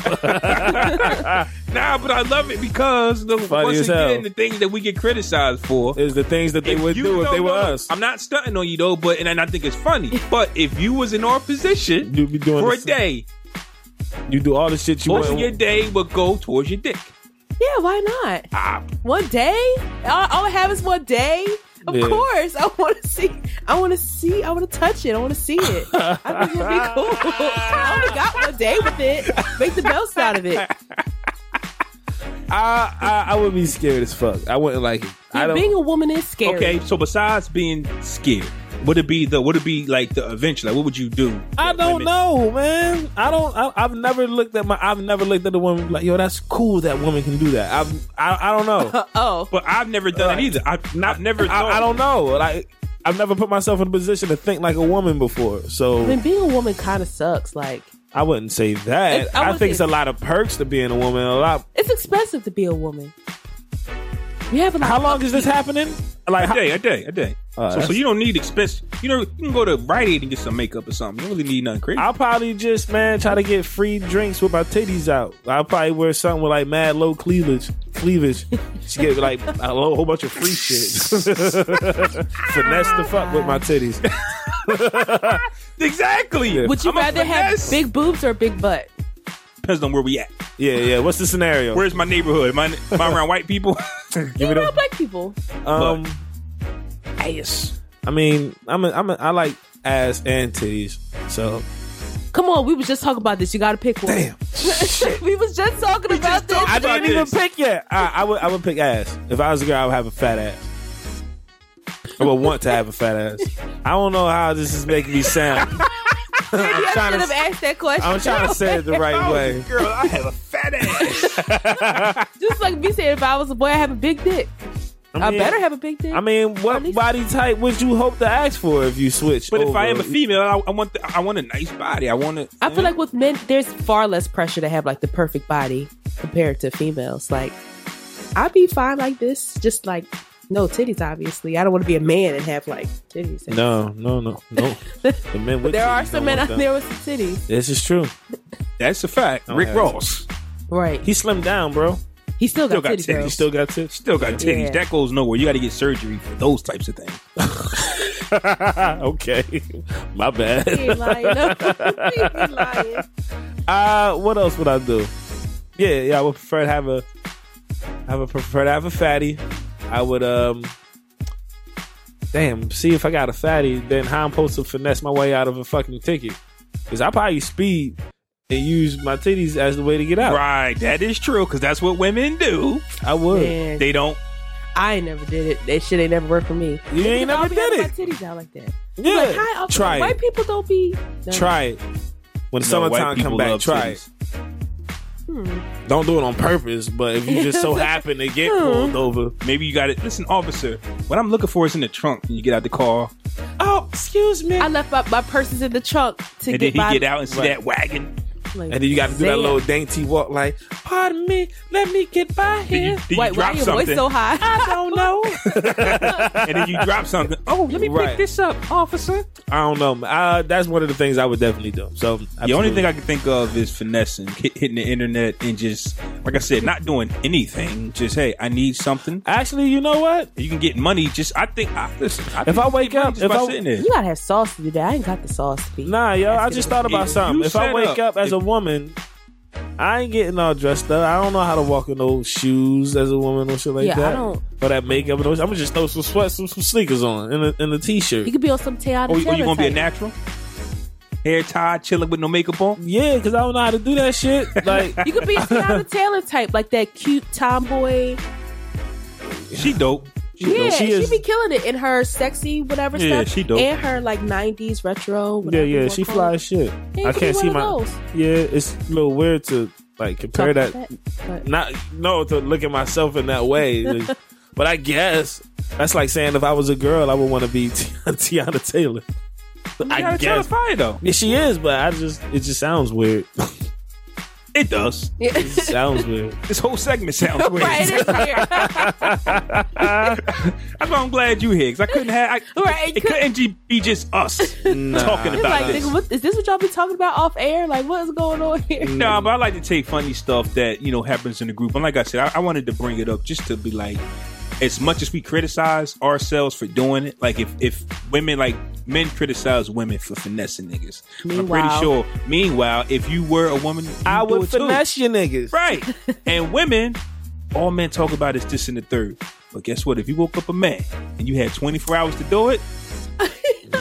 but I love it because the, Funny once as hell. again, the thing that we get criticized for is the things that they If would you- do if no, they no, were no. us. I'm not stunting on you though, but and I think it's funny. But if you was in our position You'd be doing for a the same- day, You do all the shit you most of want. your day would go towards your dick. Yeah, why not? Ah, One day, all, all I have is one day. Of Yeah. course, I want to see. I want to see. I want to touch it. I want to see it. I think it'll be cool. I only got one day with it. Make the best out of it. I, I I would be scared as fuck. I wouldn't like it. I Yeah, don't. being a woman is scary. okay, so besides being scared, Would it be the? Would it be like the adventure? Like, what would you do? I don't know, man. I don't. I, I've never looked at my. I've never looked at a woman like, yo, that's cool. That woman can do that. I've. I, I don't know. Oh, But I've never done it either. I've, I've never. thought- I, I don't know. Like, I've never put myself in a position to think like a woman before. I mean, So being a woman kind of sucks. Like, I wouldn't say that. It's- I I, would think it's say- a lot of perks to being a woman. A lot. it's expensive to be a woman. We have a lot How of long is this happening? Like, A how, day, a day, a day. Uh, so, so that's- you don't need expense. You know, you can go to Rite Aid and get some makeup or something. You don't really need nothing crazy. I'll probably just man try to get free drinks with my titties out. I'll probably wear something with like mad low cleavage. Cleavage. She get like a low, whole bunch of free shit. Finesse the fuck with my titties. exactly. Yeah. Would you I'm a rather have finesse. big boobs or a big butt? Depends on where we at. Yeah, yeah. What's the scenario? Where's my neighborhood? Am I, am I around white people? Oh, Give it No, up. black people. Um, Ass. I mean, I'm a, I'm a, I like ass and titties. So Come on, we was just talking about this. You got to pick one. damn. we was just talking about this. I How about didn't even this? pick yet. I, I would I would pick ass. If I was a girl, I would have a fat ass. I would want to have a fat ass. I don't know how this is making me sound. I'm I trying should to have asked that question. I'm trying to say it the right way. Girl, I have a fat ass. Just like me saying, if I was a boy, I have a big dick. I, mean- better have a big dick. I mean, what least- body type would you hope to ask for if you switch? but if I am over? e- a female, I, I want the, I want a nice body. I want to. I feel like with men, there's far less pressure to have like the perfect body compared to females. Like, I'd be fine like this, just like no titties. Obviously, I don't want to be a man and have like titties. no, no, no, no. The men but with titties there are don't some men want out them. there with some titties. This is true. that's a fact. don't Rick have it. Ross Right? He slimmed down, bro. He still got, got titties. titties, girl. He still got tips. still got titties. Yeah. That goes nowhere. You got to get surgery for those types of things. okay, my He ain't bad. lying. No. He ain't lying. Uh, what else would I do? Yeah, yeah, I would prefer to have a, I would prefer to have a fatty. I would um, damn, see if I got a fatty, then how I'm supposed to finesse my way out of a fucking ticket? Because I probably speed and use my titties as the way to get out. Right. That is true because that's what women do. I would. Man, They don't. I ain't never did it. That shit ain't never worked for me. You ain't I'll never be did having it. My titties out like that. Yeah, Like, hi, Uncle. try White it. people don't be. No. Try it. When No, white summertime people come back, love try titties. Hmm. it. Don't do it on purpose, but if you just so happen to get pulled over, Maybe you got it. Listen, officer, what I'm looking for is in the trunk. When you get out the car, oh, excuse me, I left my, my purses in the trunk to and then get he by- get out and see Right. that wagon. Like, and then you got to do that damn. little dainty walk, like, pardon me, let me get by Then you, here. then you Wait, why drop your something, voice so high? I don't know. and then you drop something. Oh, let me Right. pick this up, officer. I don't know. man. Uh, that's one of the things I would definitely do. So The only thing I, I can think of is finessing, hit, hitting the internet, and just like I said, not doing anything. Just hey, I need something. actually, you know what? You can get money. Just I think. I, listen, I If I wake up, just if by I- sitting there. you gotta have sauce to do that. I ain't got the sauce to be. Nah, yo, I That's just gonna thought about If something. you If I set wake up- up as if- a woman, I ain't getting all dressed up. I don't know how to walk in those shoes as a woman or shit like Yeah, I that. don't- Or that makeup. And those, I'm gonna just throw some sweats, some, some sneakers on, and a, and a t-shirt. You could be on some Tiana Or, Oh, you- or you Taylor gonna be a type. natural? Hair tied, chilling with no makeup on. Yeah, because I don't know how to do that shit. Like, You could be a Tiana Taylor type, like that cute tomboy. She dope. She yeah, dope. she, she is- be killing it in her sexy whatever Yeah, stuff. she dope. And her like '90s retro. yeah, whatever you yeah, wanna she call fly it. as shit. Yeah, you I could can't be see one my. of those. Yeah, it's a little weird to like compare Talk that. about that, but- Not no to look at myself in that way. Like, but I guess that's like saying if I was a girl, I would want to be Tiana Taylor. I gotta tell guess. the fire though. Yeah, she is, but I just it just sounds weird. It does. It just sounds weird. This whole segment sounds weird. right, it is weird. That's why I'm glad you here, 'cause I couldn't have. I, Right, it, couldn't ju- be just us talking You're about like, this. nigga, what, is this what y'all be talking about off air? Like, what is going on here? Mm. No, but I like to take funny stuff that you know happens in the group. And like I said, I, I wanted to bring it up just to be like, as much as we criticize ourselves for doing it, like if if women like men criticize women for finessing niggas, But I'm Meanwhile. pretty sure. Meanwhile, if you were a woman, you I do would it too. finesse you niggas. right? and women, all men talk about is this and the third. But guess what? If you woke up a man and you had 24 hours to do it,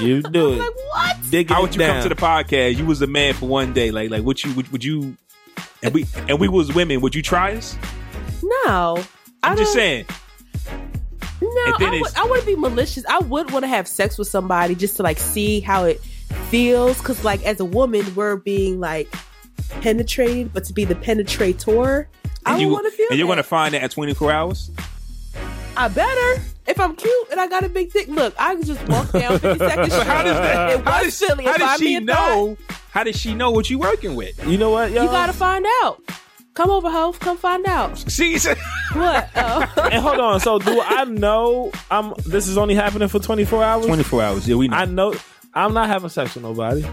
You do it. Like, what? Dig how it would you down. come to the podcast? You was a man for one day, like like would you would, would you? And we and we was women. Would you try us? No. I I'm just don't- saying. No, And then I, it's- would, I wouldn't be malicious. I would want to have sex with somebody just to like see how it feels. Cause like as a woman, we're being like penetrated, but to be the penetrator, I and would you want to feel. and you're that. gonna find that at 24 hours. I better if I'm cute and I got a big dick. Look, I can just walk down 52nd Street. How does that? It how does, was Philly. how If does I'm she being thought- know? How does she know what you working with? You know what, y'all? You gotta find out. Come over, Hov. Come find out. See, it's- What? Oh. and hold on. So do I know I'm? This is only happening for 24 hours. 24 hours. Yeah, we know. I know. I'm not having sex with nobody.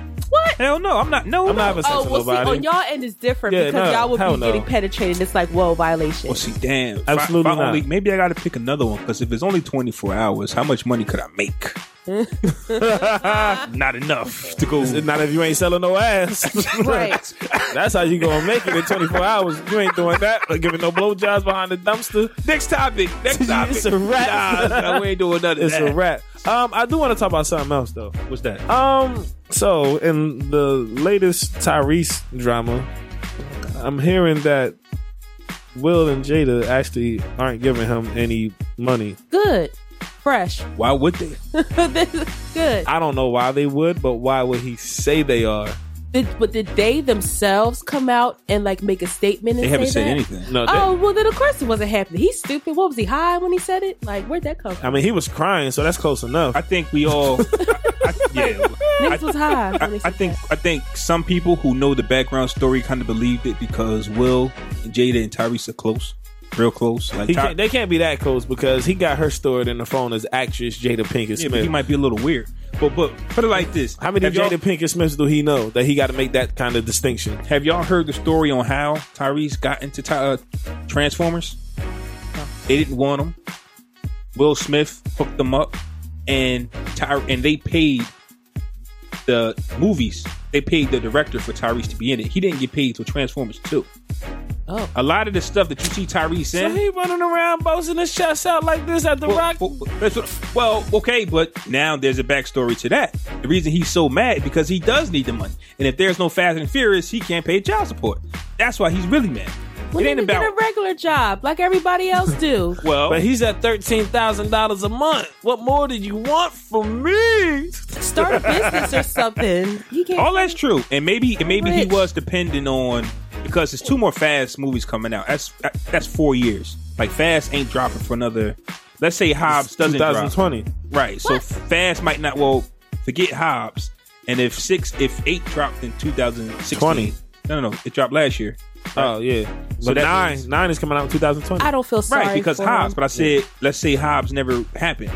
Hell no, I'm not. No, I'm no. not having sex Oh, with well, see, nobody. on y'all end is different Yeah, no, because y'all would hell be no. getting penetrated. It's like, whoa, violation. Well, Oh, see, damn. If I- Absolutely if I not. only- maybe I got to pick another one because if it's only 24 hours, how much money could I make? not enough to go. It's Not if you ain't selling no ass. Right. That's how you gonna make it in 24 hours. You ain't doing that. Or giving no blowjobs behind the dumpster. Next topic. Next topic. It's a wrap. Nah, nah, we ain't doing nothing. It's a wrap. Um, I do want to talk about something else though. What's that? Um, so in the latest Tyrese drama, I'm hearing that Will and Jada actually aren't giving him any money. Good. Fresh. Why would they? This is Good. I don't know why they would, but why would he say they are? Did, but did they themselves come out and like make a statement? And They haven't say said that? anything. No, they, Oh well, then of course it wasn't happening. He's stupid. What was he high when he said it? Like, where'd that come from? I mean he was crying, so that's close enough. I think we all. I, I, yeah. Niggas was high. when I, they I said think that. I think some people who know the background story kind of believed it because Will and Jada and Tyrese are close, real close. Like He Ty- can't, they can't be that close because he got her stored in the phone as actress Jada Pinkett yeah, but Smith. he might be a little weird. But but put it like this: How many Have y'all- Jada Pinkett Smiths do he know that he got to make that kind of distinction? Have y'all heard the story on how Tyrese got into Ty- uh, Transformers? They didn't want him. Will Smith hooked them up, and Ty- and they paid the movies. They paid the director for Tyrese to be in it. He didn't get paid till Transformers Two. Oh. A lot of the stuff that you see Tyrese So in. he running around boasting his chest out like this at the well, rock. well, that's what- well, okay, but now there's a backstory to that. The reason he's so mad is because he does need the money, and if there's no Fast and Furious, he can't pay child support. That's why he's really mad. Well, it ain't then you about get a regular job like everybody else do. well, But he's at thirteen thousand dollars a month. What more do you want from me? Start a business or something. He can't. all that's true, and maybe and maybe he Rich. was depending on because there's two more Fast movies coming out. That's that's four years. Like Fast ain't dropping for another. Let's say Hobbs doesn't drop. 2020. Right. What? So Fast might not. Well, forget Hobbs. And if six, if eight dropped in 2016, Twenty. No, no, no. It dropped last year. Oh yeah. So But that nine, means- nine is coming out in 2020. I don't feel sorry. right, because for Hobbs. him. But I said, let's say Hobbs never happened.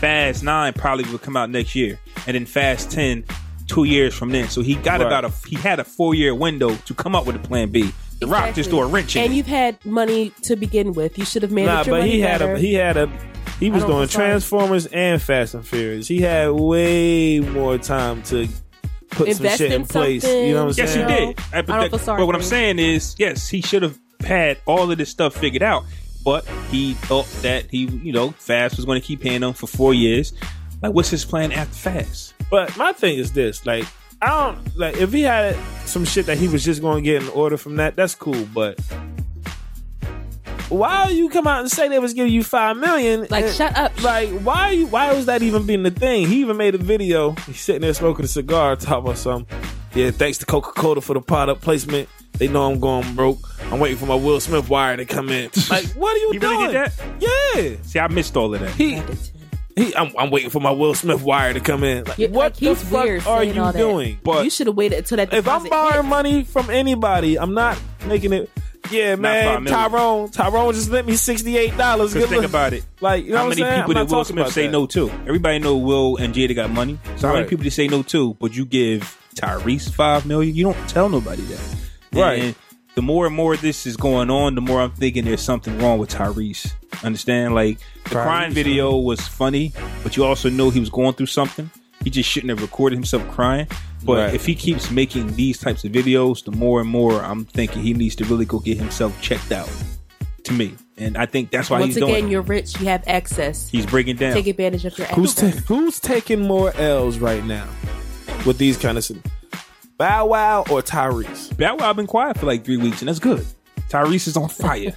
Fast Nine probably would come out next year, and then Fast Ten, two years from then. So he got Right. about a he had a four year window to come up with a plan B. The Rock just Exactly. threw a wrench in. And it. you've had money to begin with. You should have managed Nah, your but money he had better. a he had a he was I don't doing sorry. Transformers and Fast and Furious. He had way more time to put some Invest shit in in, place. You know what I'm something. Yes, he saying? Yeah. did. I don't feel sorry but what for I'm him. saying is, yes, he should have had all of this stuff figured out, but he thought that he, you know, Fast was going to keep paying him for four years. Like, what's his plan after Fast? But my thing is this: like, I don't like if he had some shit that he was just going to get an order from that. That's cool, but why you come out and say they was giving you five million? Like, and- shut up. Like, why? You, why was that even being the thing? He even made a video. He's sitting there smoking a cigar, talking about something. Yeah, thanks to Coca Cola for the product placement. They know I'm going broke. I'm waiting for my Will Smith wire to come in. Like, what are you He doing? really did Yeah, See, I missed all of that. he he. I'm, I'm waiting for my Will Smith wire to come in. Like, You're- what like, he's the fuck weird are saying all you that. doing? But you should have waited until that. if I'm deposit borrowing hit. money from anybody, I'm not making it. Yeah, five man, million. Tyrone, Tyrone just lent me sixty eight dollars. Because think about it. Like, you know how what many I'm saying? people I'm did not Will talking Smith about say that. no to? Everybody know Will and Jada got money. So how many Right. people did say no to? But you give Tyrese five million. You don't tell nobody that. Right. And the more and more this is going on, the more I'm thinking there's something wrong with Tyrese. Understand? Like the crying Tyrese, video was funny, but you also know he was going through something. He just shouldn't have recorded himself crying. But Right. if he keeps making these types of videos, the more and more I'm thinking he needs to really go get himself checked out. To me, and I think that's why Once he's again, doing. it. you're rich. You have access. He's breaking down. Take advantage of your Who's ta- access. who's taking more L's right now with these kind of sin- Bow Wow or Tyrese? Bow Wow been quiet for like three weeks, and that's good. Tyrese is on fire.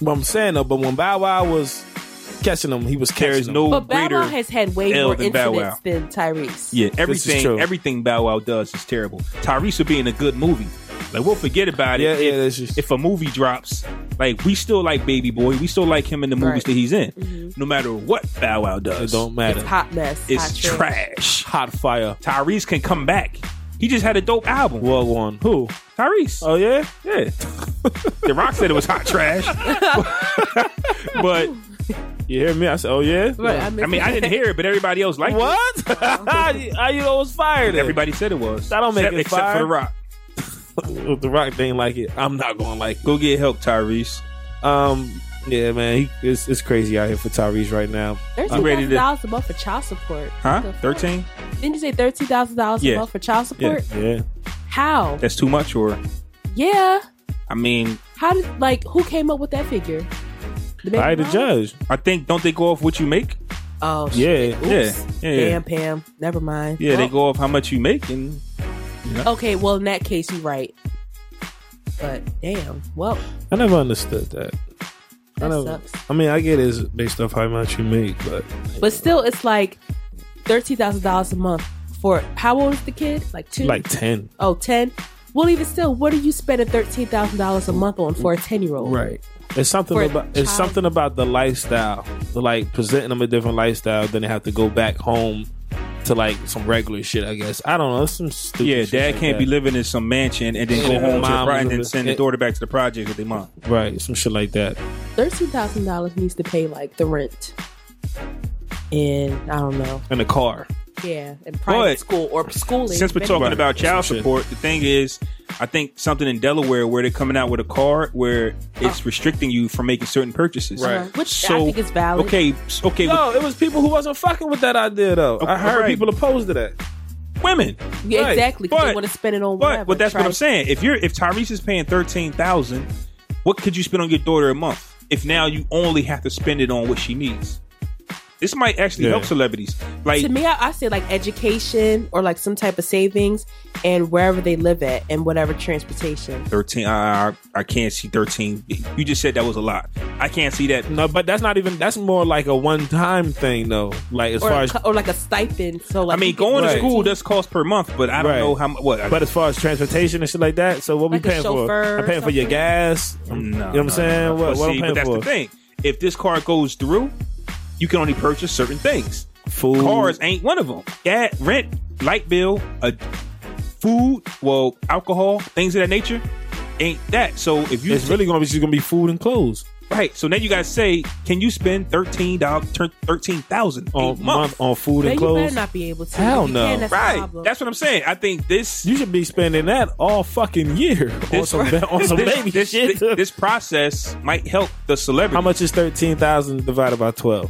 What I'm saying though, but when Bow Wow was catching him. He was There is catching him. no But Bow greater Wow has had way L more than Bow Wow. incidents than Tyrese. Yeah, true. everything everything Bow Wow does is terrible. Tyrese would be in a good movie. Like we'll forget about it Yeah, yeah, if, that's just- if a movie drops. Like we still like Baby Boy. We still like him in the movies Right. that he's in. No matter what Bow Wow does, Mm-hmm. It don't matter. Hot mess. it's hot trash. Hot fire. Tyrese can come back. He just had a dope album. Well one. Who? Tyrese. Oh yeah. yeah. the Rock said it was hot trash. but You hear me? I said, oh yeah. Right, I mean, I didn't hear it, but everybody else liked it. What? How you how you know it was fire? Then? Everybody said it was. That don't make except, it except fire. for the Rock. If the Rock thing like it. I'm not going to like. Go get help, Tyrese. It. Um. Yeah, man. He, it's it's crazy out here for Tyrese right now. Thirteen I'm ready thousand to- dollars a month for child support. What Huh? the fuck? Thirteen? Didn't you say thirteen thousand dollars a Yeah. month for child Yeah. support? Yeah. How? That's too much, or Yeah. I mean, How did like who came up with that figure? The I the Mom? judge. I think don't they go off what you make? Oh shit. Yeah. Oops. Yeah, yeah. Damn, Pam. Never mind. Yeah, they Oh. go off how much you make, and Okay, well in that case you're right. But damn. Well, I never understood that. I that never- sucks. I mean, I get it's based off how much you make, but But still it's like thirteen thousand dollars a month for how old is the kid? Like two like ten. oh, 10? Well, even still, what are you spending thirteen thousand dollars a month on for a ten year old? Right. It's something For a about it's child. something about the lifestyle, the, like presenting them a different lifestyle. Then they have to go back home to like some regular shit. I guess I don't know. It's some stupid. yeah, shit Dad like can't that. be living in some mansion and then Yeah, go home to mom the and living- then send the it- daughter back to the project with their mom. right. Some shit like that. Thirteen thousand dollars needs to pay like the rent. And I don't know. In a car. Yeah. And private But- school or schooling. Since we're talking Right. about child Some shit. support, the thing is, I think something in Delaware where they're coming out with a card where it's restricting you from making certain purchases. Uh-huh. Which I think is valid. Okay, s- okay, No, it was people who wasn't fucking with that idea though. I heard right. people opposed to that. with women. Yeah, Right. exactly. 'cause they But- want to spend it on whatever. But but that's what I'm Try- saying. If you're if Tyrese is paying thirteen thousand, what could you spend on your daughter a month? If now you only have to spend it on what she needs, this might actually Yeah. help celebrities. Like To me, I, I say like education or like some type of savings, and wherever they live at, and whatever transportation. thirteen, I, I I can't see thirteen. You just said that was a lot. I can't see that. No, but that's not even. That's more like a one time thing though. Like as Or, far a as. cu- or like a stipend. So I like, mean, you get- going Right. to school does cost per month, but I don't Right. know how much. What? But as far as transportation and shit like that, so what Like a we paying for? chauffeur I'm paying for your something? gas. No, you know what no, I'm saying? no. What, But what see, I'm but paying that's for? the thing. If this card goes through, you can only purchase certain things. Food. Cars ain't one of them. Gas, rent, light bill, a food, well, alcohol, things of that nature, ain't that. So if you It's really gonna be just gonna be food and clothes right, so then you guys say, can you spend thirteen dollars, thirteen thousand a on month? month on food then and you better clothes. not be able to. Hell If you no. Can, that's Right, A problem. that's what I'm saying. I think this You should be spending that all fucking year on this some on some this, baby this, shit. this, process might help the celebrity. How much is thirteen thousand divided by twelve?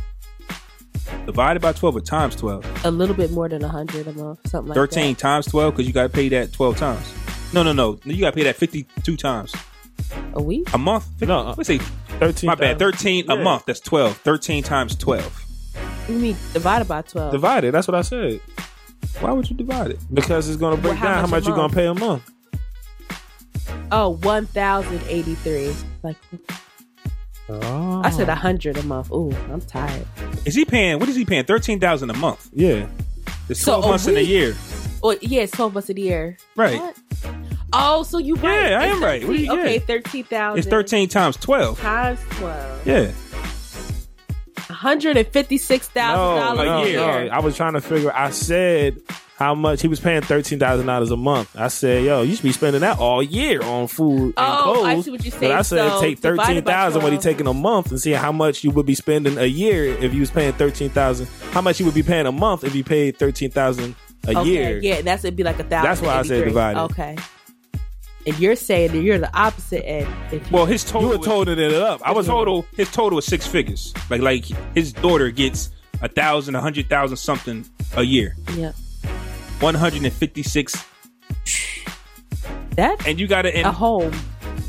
divided by twelve or times twelve? a little bit more than a hundred a month, something like that. 13 times 12 because you got to pay that 12 times. No, no, no. You got to pay that 52 times a week. a month. No, let's see. Thirteen. uh, My bad. 13 13 a Yeah. month. That's 12. 13 times 12. You mean divided by twelve? divided. That's what I said. Why would you divide it? Because it's gonna break Well, how down how much much a you gonna month? pay a month. oh, one thousand eighty-three. Like Oh, I said, a hundred a month. Ooh, I'm tired. Is he paying? What is he paying? 13000 a month. yeah. It's So 12 a months in a week? year. Well, yeah, it's twelve months a year. Right. What? Oh, so you right? Yeah, I It's am right. What do you 13 Okay, get? thirteen thousand. It's 13 times 12. times twelve. Yeah. One hundred and fifty-six thousand dollars no, a year. I was trying to figure. I said how much he was paying thirteen thousand dollars a month. I said, yo, you should be spending that all year on food and Oh, clothes. I see what you're But I saying. said So, take divided by thirteen thousand what he 12. taking a month and see how much you would be spending a year if you was paying thirteen thousand. How much you would be paying a month if you paid thirteen thousand a okay, year? Yeah, that's it'd be like a thousand. That's why I said 83. divided. Okay. And you're saying that you're the opposite end. If you, Well, his You total. were totaling it up. I I was was total. His total is six figures. Like, like his daughter gets a thousand, a hundred thousand something a year. yeah, 156. that's And you got to end a home.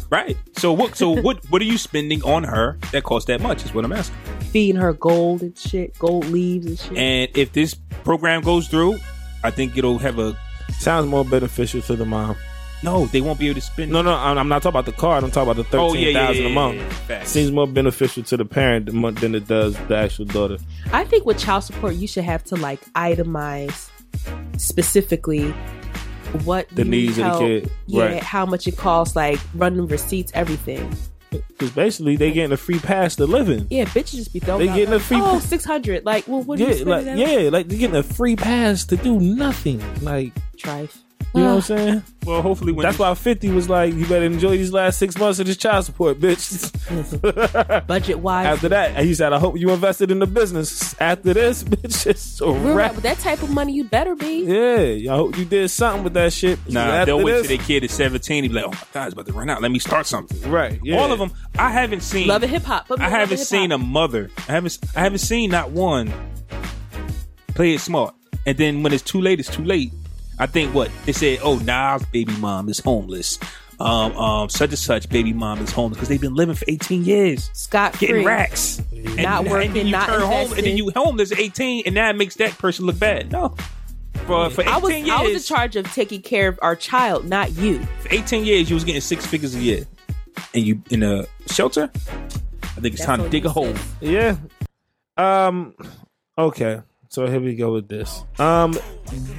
Right. So what? So what? What are you spending on her that costs that much? Is what I'm asking. feeding her gold and shit, gold leaves and shit. And if this program goes through, I think it'll have a Sounds more beneficial to the mom. No, they won't be able to spend. No, no, I'm I'm not talking about the card. I'm talking about the Oh, thirteen thousand a month. yeah, Facts. Seems more beneficial to the parent than mon- than it does the actual daughter. I think with child support, you should have to like itemize specifically what The you needs of the help, kid. yeah, Right. how much it costs, like running receipts, everything. Because basically, they getting a free pass to live in. Yeah, bitches just be throwing. They out, getting like, a free- oh 600 Like, well, what do you Yeah, spend like that on? yeah, like they getting a free pass to do nothing. Like Trife. you know what I'm saying? Well, hopefully when That's you- why Fifty was like, you better enjoy these last six months of this child support, bitch. Budget wise, After that, he said, I hope you invested in the business. After this, bitch, it's a Real rap, wrap. with that type of money, you better be. Yeah, I hope you did something with that shit. Nah, After they'll wait this- till their kid is 17 and be like, oh my God, it's about to run out. Let me start something. Right. yeah. All of them. I haven't seen. Love and hip hop. I haven't seen a mother. I haven't. I haven't seen not one play it smart. And then when it's too late, it's too late. I think what they said. Oh, Nas' baby mom is homeless. Um, um, such and such baby mom is homeless because they've been living for 18 years, Scott getting free. racks, and, Not then- working, and then you not turn home, and investing. then you homeless at 18, and that makes that person look bad. No, for for 18 I was years, I was in charge of taking care of our child, not you. for 18 years you was getting six figures a year and you in a shelter i think it's That's time to on dig you, a hole sis. Yeah. Um. Okay. So here we go with this. Um,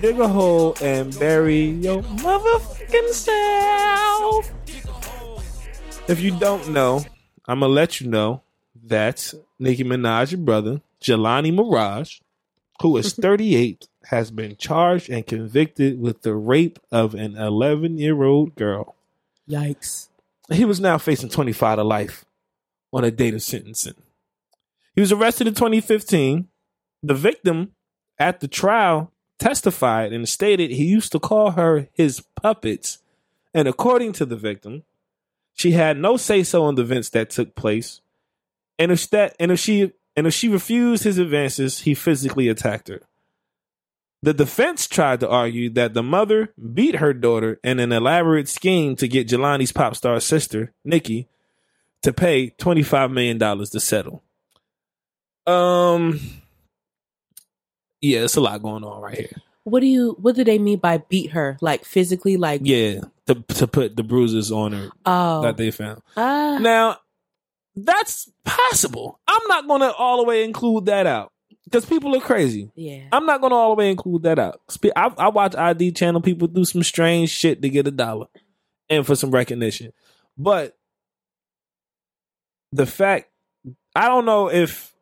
dig a hole and bury your motherfucking self. If you don't know, I'm gonna let you know that Nicki Minaj, your brother, Jelani Mirage, who is 38, has been charged and convicted with the rape of an 11 year old girl. Yikes. He was now facing 25 to life on a date of sentencing. He was arrested in 2015. The victim at the trial testified and stated he used to call her his puppets. And according to the victim, she had no say so on the events that took place. And if that and if she and if she refused his advances, he physically attacked her. The defense tried to argue that the mother beat her daughter in an elaborate scheme to get Jelani's pop star sister, Nikki, to pay $25 million to settle. Um, yeah, it's a lot going on right here. What do you what do they mean by beat her? Like physically, like Yeah, to, to put the bruises on her oh that they found. ah, Now, that's possible. I'm not going to all the way include that out because people are crazy. yeah. I'm not gonna all the way include that out. Spe- I, I watch ID channel people do some strange shit to get a dollar and for some recognition, but the fact I don't know if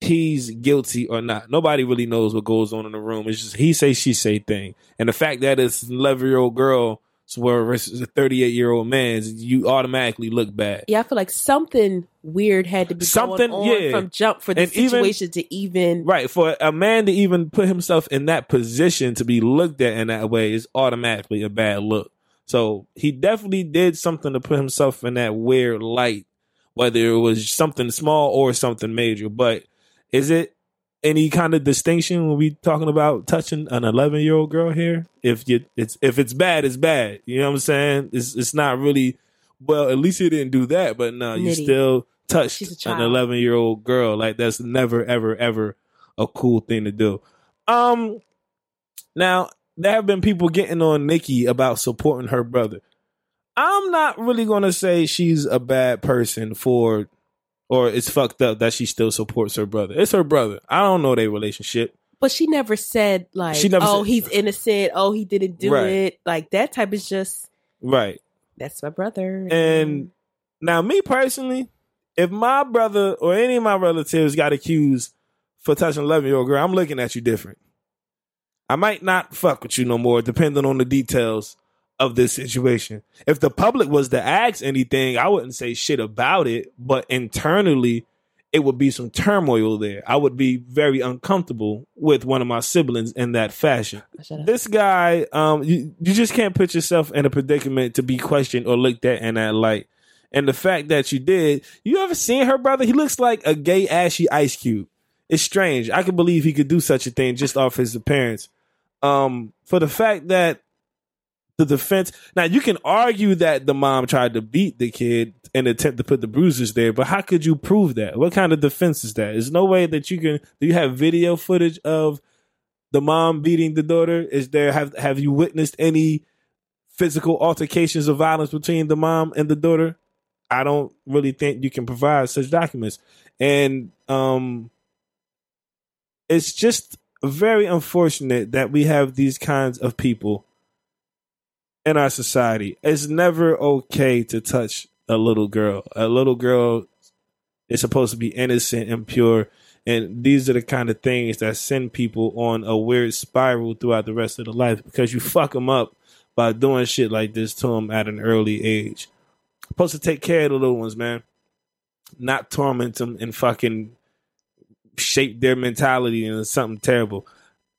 he's guilty or not. Nobody really knows what goes on in the room. It's just he say she say thing, and the fact that it's an eleven year old girl versus a thirty eight year old man, you automatically look bad. yeah, I feel like something weird had to be Something, something going on yeah. from jump for the And even- situation to even Right. For a man to even put himself in that position to be looked at in that way is automatically a bad look. So he definitely did something to put himself in that weird light, whether it was something small or something major. But is it any kind of distinction when we talking about touching an eleven year old girl here? If you it's if it's bad, it's bad. You know what I'm saying? It's it's not really well, at least he didn't do that, but no, you Nitty. still touched She's a an child. eleven year old girl. Like that's never, ever, ever a cool thing to do. Um now there have been people getting on Nikki about supporting her brother. I'm not really gonna say she's a bad person for or it's fucked up that she still supports her brother. It's her brother. I don't know their relationship. but she never said like She never oh said- he's innocent, oh he didn't do Right. it. Like that type is just Right. that's my brother. Mm-hmm. And now, me personally, if my brother or any of my relatives got accused for touching eleven year old girl, I'm looking at you different. I might not fuck with you no more, depending on the details of this situation. If the public was to ask anything, I wouldn't say shit about it, but internally, it would be some turmoil there. I would be very uncomfortable with one of my siblings in that fashion Shut up. this guy, um, you, you just can't put yourself in a predicament to be questioned or looked at in that light. And the fact that you did, you ever seen her brother? He looks like a gay ashy ice cube. It's strange. I can believe he could do such a thing just off his appearance. Um, for the fact that the defense now you can argue that the mom tried to beat the kid and attempt to put the bruises there, but how could you prove that? What kind of defense is that? There's no way that you can do you have video footage of the mom beating the daughter? Is there have have you witnessed any physical altercations of violence between the mom and the daughter, I don't really think you can provide such documents. And um it's just very unfortunate that we have these kinds of people in our society. It's never okay to touch a little girl. A little girl is supposed to be innocent and pure. And these are the kind of things that send people on a weird spiral throughout the rest of their life because you fuck them up by doing shit like this to them at an early age. Supposed to take care of the little ones, man. Not torment them and fucking shape their mentality into something terrible.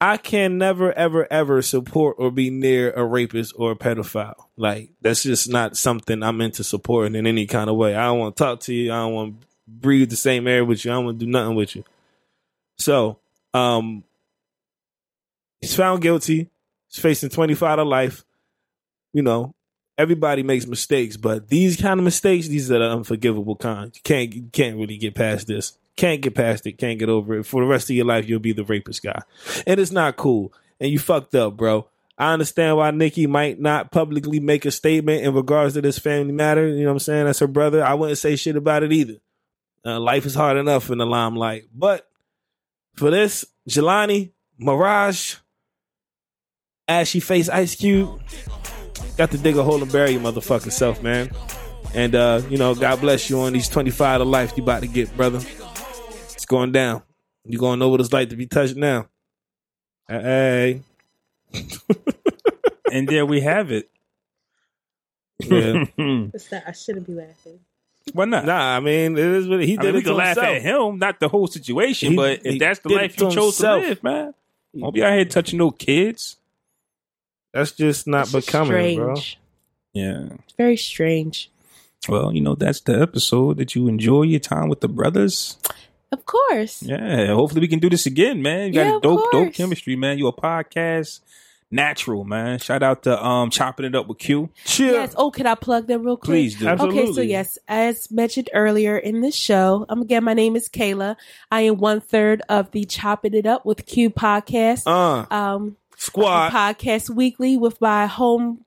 I can never, ever, ever support or be near a rapist or a pedophile. Like that's just not something I'm into supporting in any kind of way. I don't want to talk to you. I don't want to breathe the same air with you. I don't want to do nothing with you. So, um, he's found guilty. He's facing 25 to life. You know, everybody makes mistakes, but these kind of mistakes, these are the unforgivable kind. You can't, you can't really get past this. Can't get past it. Can't get over it. For the rest of your life, you'll be the rapist guy. And it's not cool. And you fucked up, bro. I understand why Nikki might not publicly make a statement in regards to this family matter. You know what I'm saying? That's her brother. I wouldn't say shit about it either. Uh, life is hard enough in the limelight. But for this, Jelani, Mirage, Ashy Face Ice Cube, got to dig a hole and bury your motherfucking self, man. And, uh, you know, God bless you on these 25 to life you about to get, brother. It's going down. you going to know what it's like to be touched now. Hey. and there we have it. Yeah. It's not, I shouldn't be laughing. Why not? nah, I mean, it is what he I did. mean, we it to can laugh himself. at him, not the whole situation, He- but if he that's the did it life to you chose himself. to live, man, don't be out here touching no kids. That's just not It's just becoming, strange. bro. Yeah. It's very strange. Well, you know, that's the episode that you enjoy your time with the brothers. Of course. Yeah. Hopefully we can do this again, man. You got Yeah, a of dope, dope course. chemistry, man. You a podcast natural, man. Shout out to um chopping it up with Q. Chill. Yes. Oh, can I plug that real quick? Please do. Absolutely. Okay, so yes, as mentioned earlier in this show, um, again, my name is Kayla. I am one third of the Chopping It Up with Q podcast. Uh, Um, squad. podcast weekly with my home.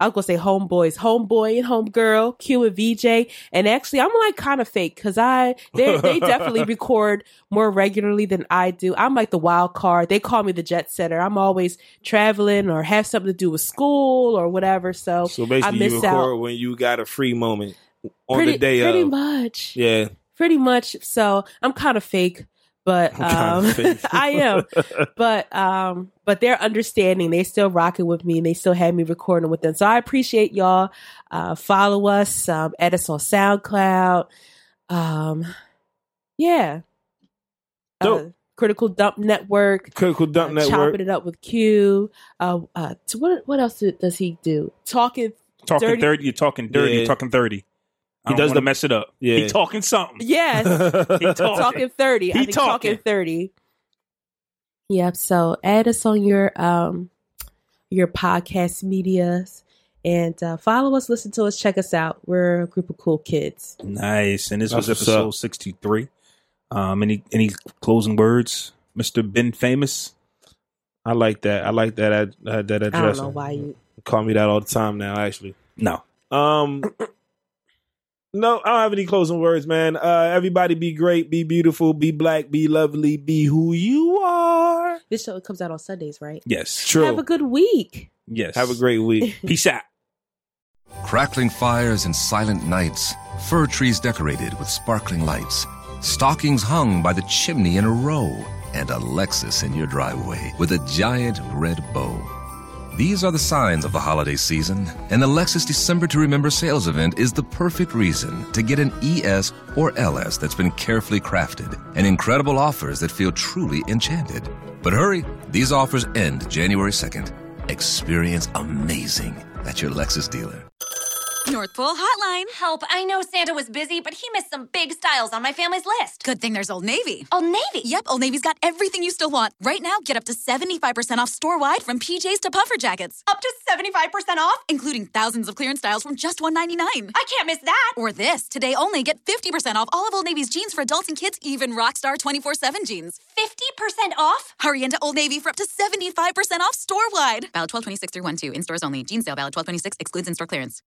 I was gonna say homeboys, homeboy and homegirl, Q and VJ, and actually I'm like kind of fake because I they they definitely record more regularly than I do. I'm like the wild card. They call me the jet setter. I'm always traveling or have something to do with school or whatever. So, So I basically, you miss record out. when you got a free moment on pretty, the day pretty of. much, Yeah, pretty much. So I'm kind of fake, but I'm um, kinda fake. I am. But um, but they're understanding. They still rocking with me, and they still had me recording with them. So I appreciate y'all. Uh, follow us. Um, at us on SoundCloud. Um, yeah. Uh, Dope. Critical Dump Network. Critical Dump uh, Network. Chopping it up with Q. Uh, uh, t- what what else do- does he do? Talking Talking Dirty. 30, you're talking dirty, Yeah. you're talking 30. He He does does the- to mess it up. Yeah. He talking something. Yes. He talking. talking 30. I He think talking. talking. 30. Yep. So add us on your um your podcast medias and uh, follow us, listen to us, check us out. We're a group of cool kids. Nice. And this was That's what's episode up. 63. Um, any any closing words, Mr. Ben Famous? I like that. I like that. ad- uh, that address. I don't know why you call me that all the time now. Actually, No. um, no, I don't have any closing words, man. Uh, everybody, be great, be beautiful, be black, be lovely, be who you are. this show comes out on Sundays, right? Yes. True. Have a good week. Yes. Have a great week. peace out. Crackling fires and silent nights, fir trees decorated with sparkling lights, stockings hung by the chimney in a row, and a Lexus in your driveway with a giant red bow. These are the signs of the holiday season, and the Lexus December to Remember sales event is the perfect reason to get an ES or LS that's been carefully crafted and incredible offers that feel truly enchanted. But hurry, these offers end January 2nd. Experience amazing at your Lexus dealer. North Pole Hotline. Help, I know Santa was busy, but he missed some big styles on my family's list. Good thing there's Old Navy. Old Navy? Yep, Old Navy's got everything you still want. Right now, get up to 75% off store wide from PJs to puffer jackets. Up to 75% off? Including thousands of clearance styles from just $199. I can't miss that. Or this. Today only, get 50% off all of Old Navy's jeans for adults and kids, even Rockstar 24 7 jeans. 50% off? Hurry into Old Navy for up to 75% off store wide. Valid 1226 through 12 in stores only. Jeans sale valid 1226 excludes in store clearance.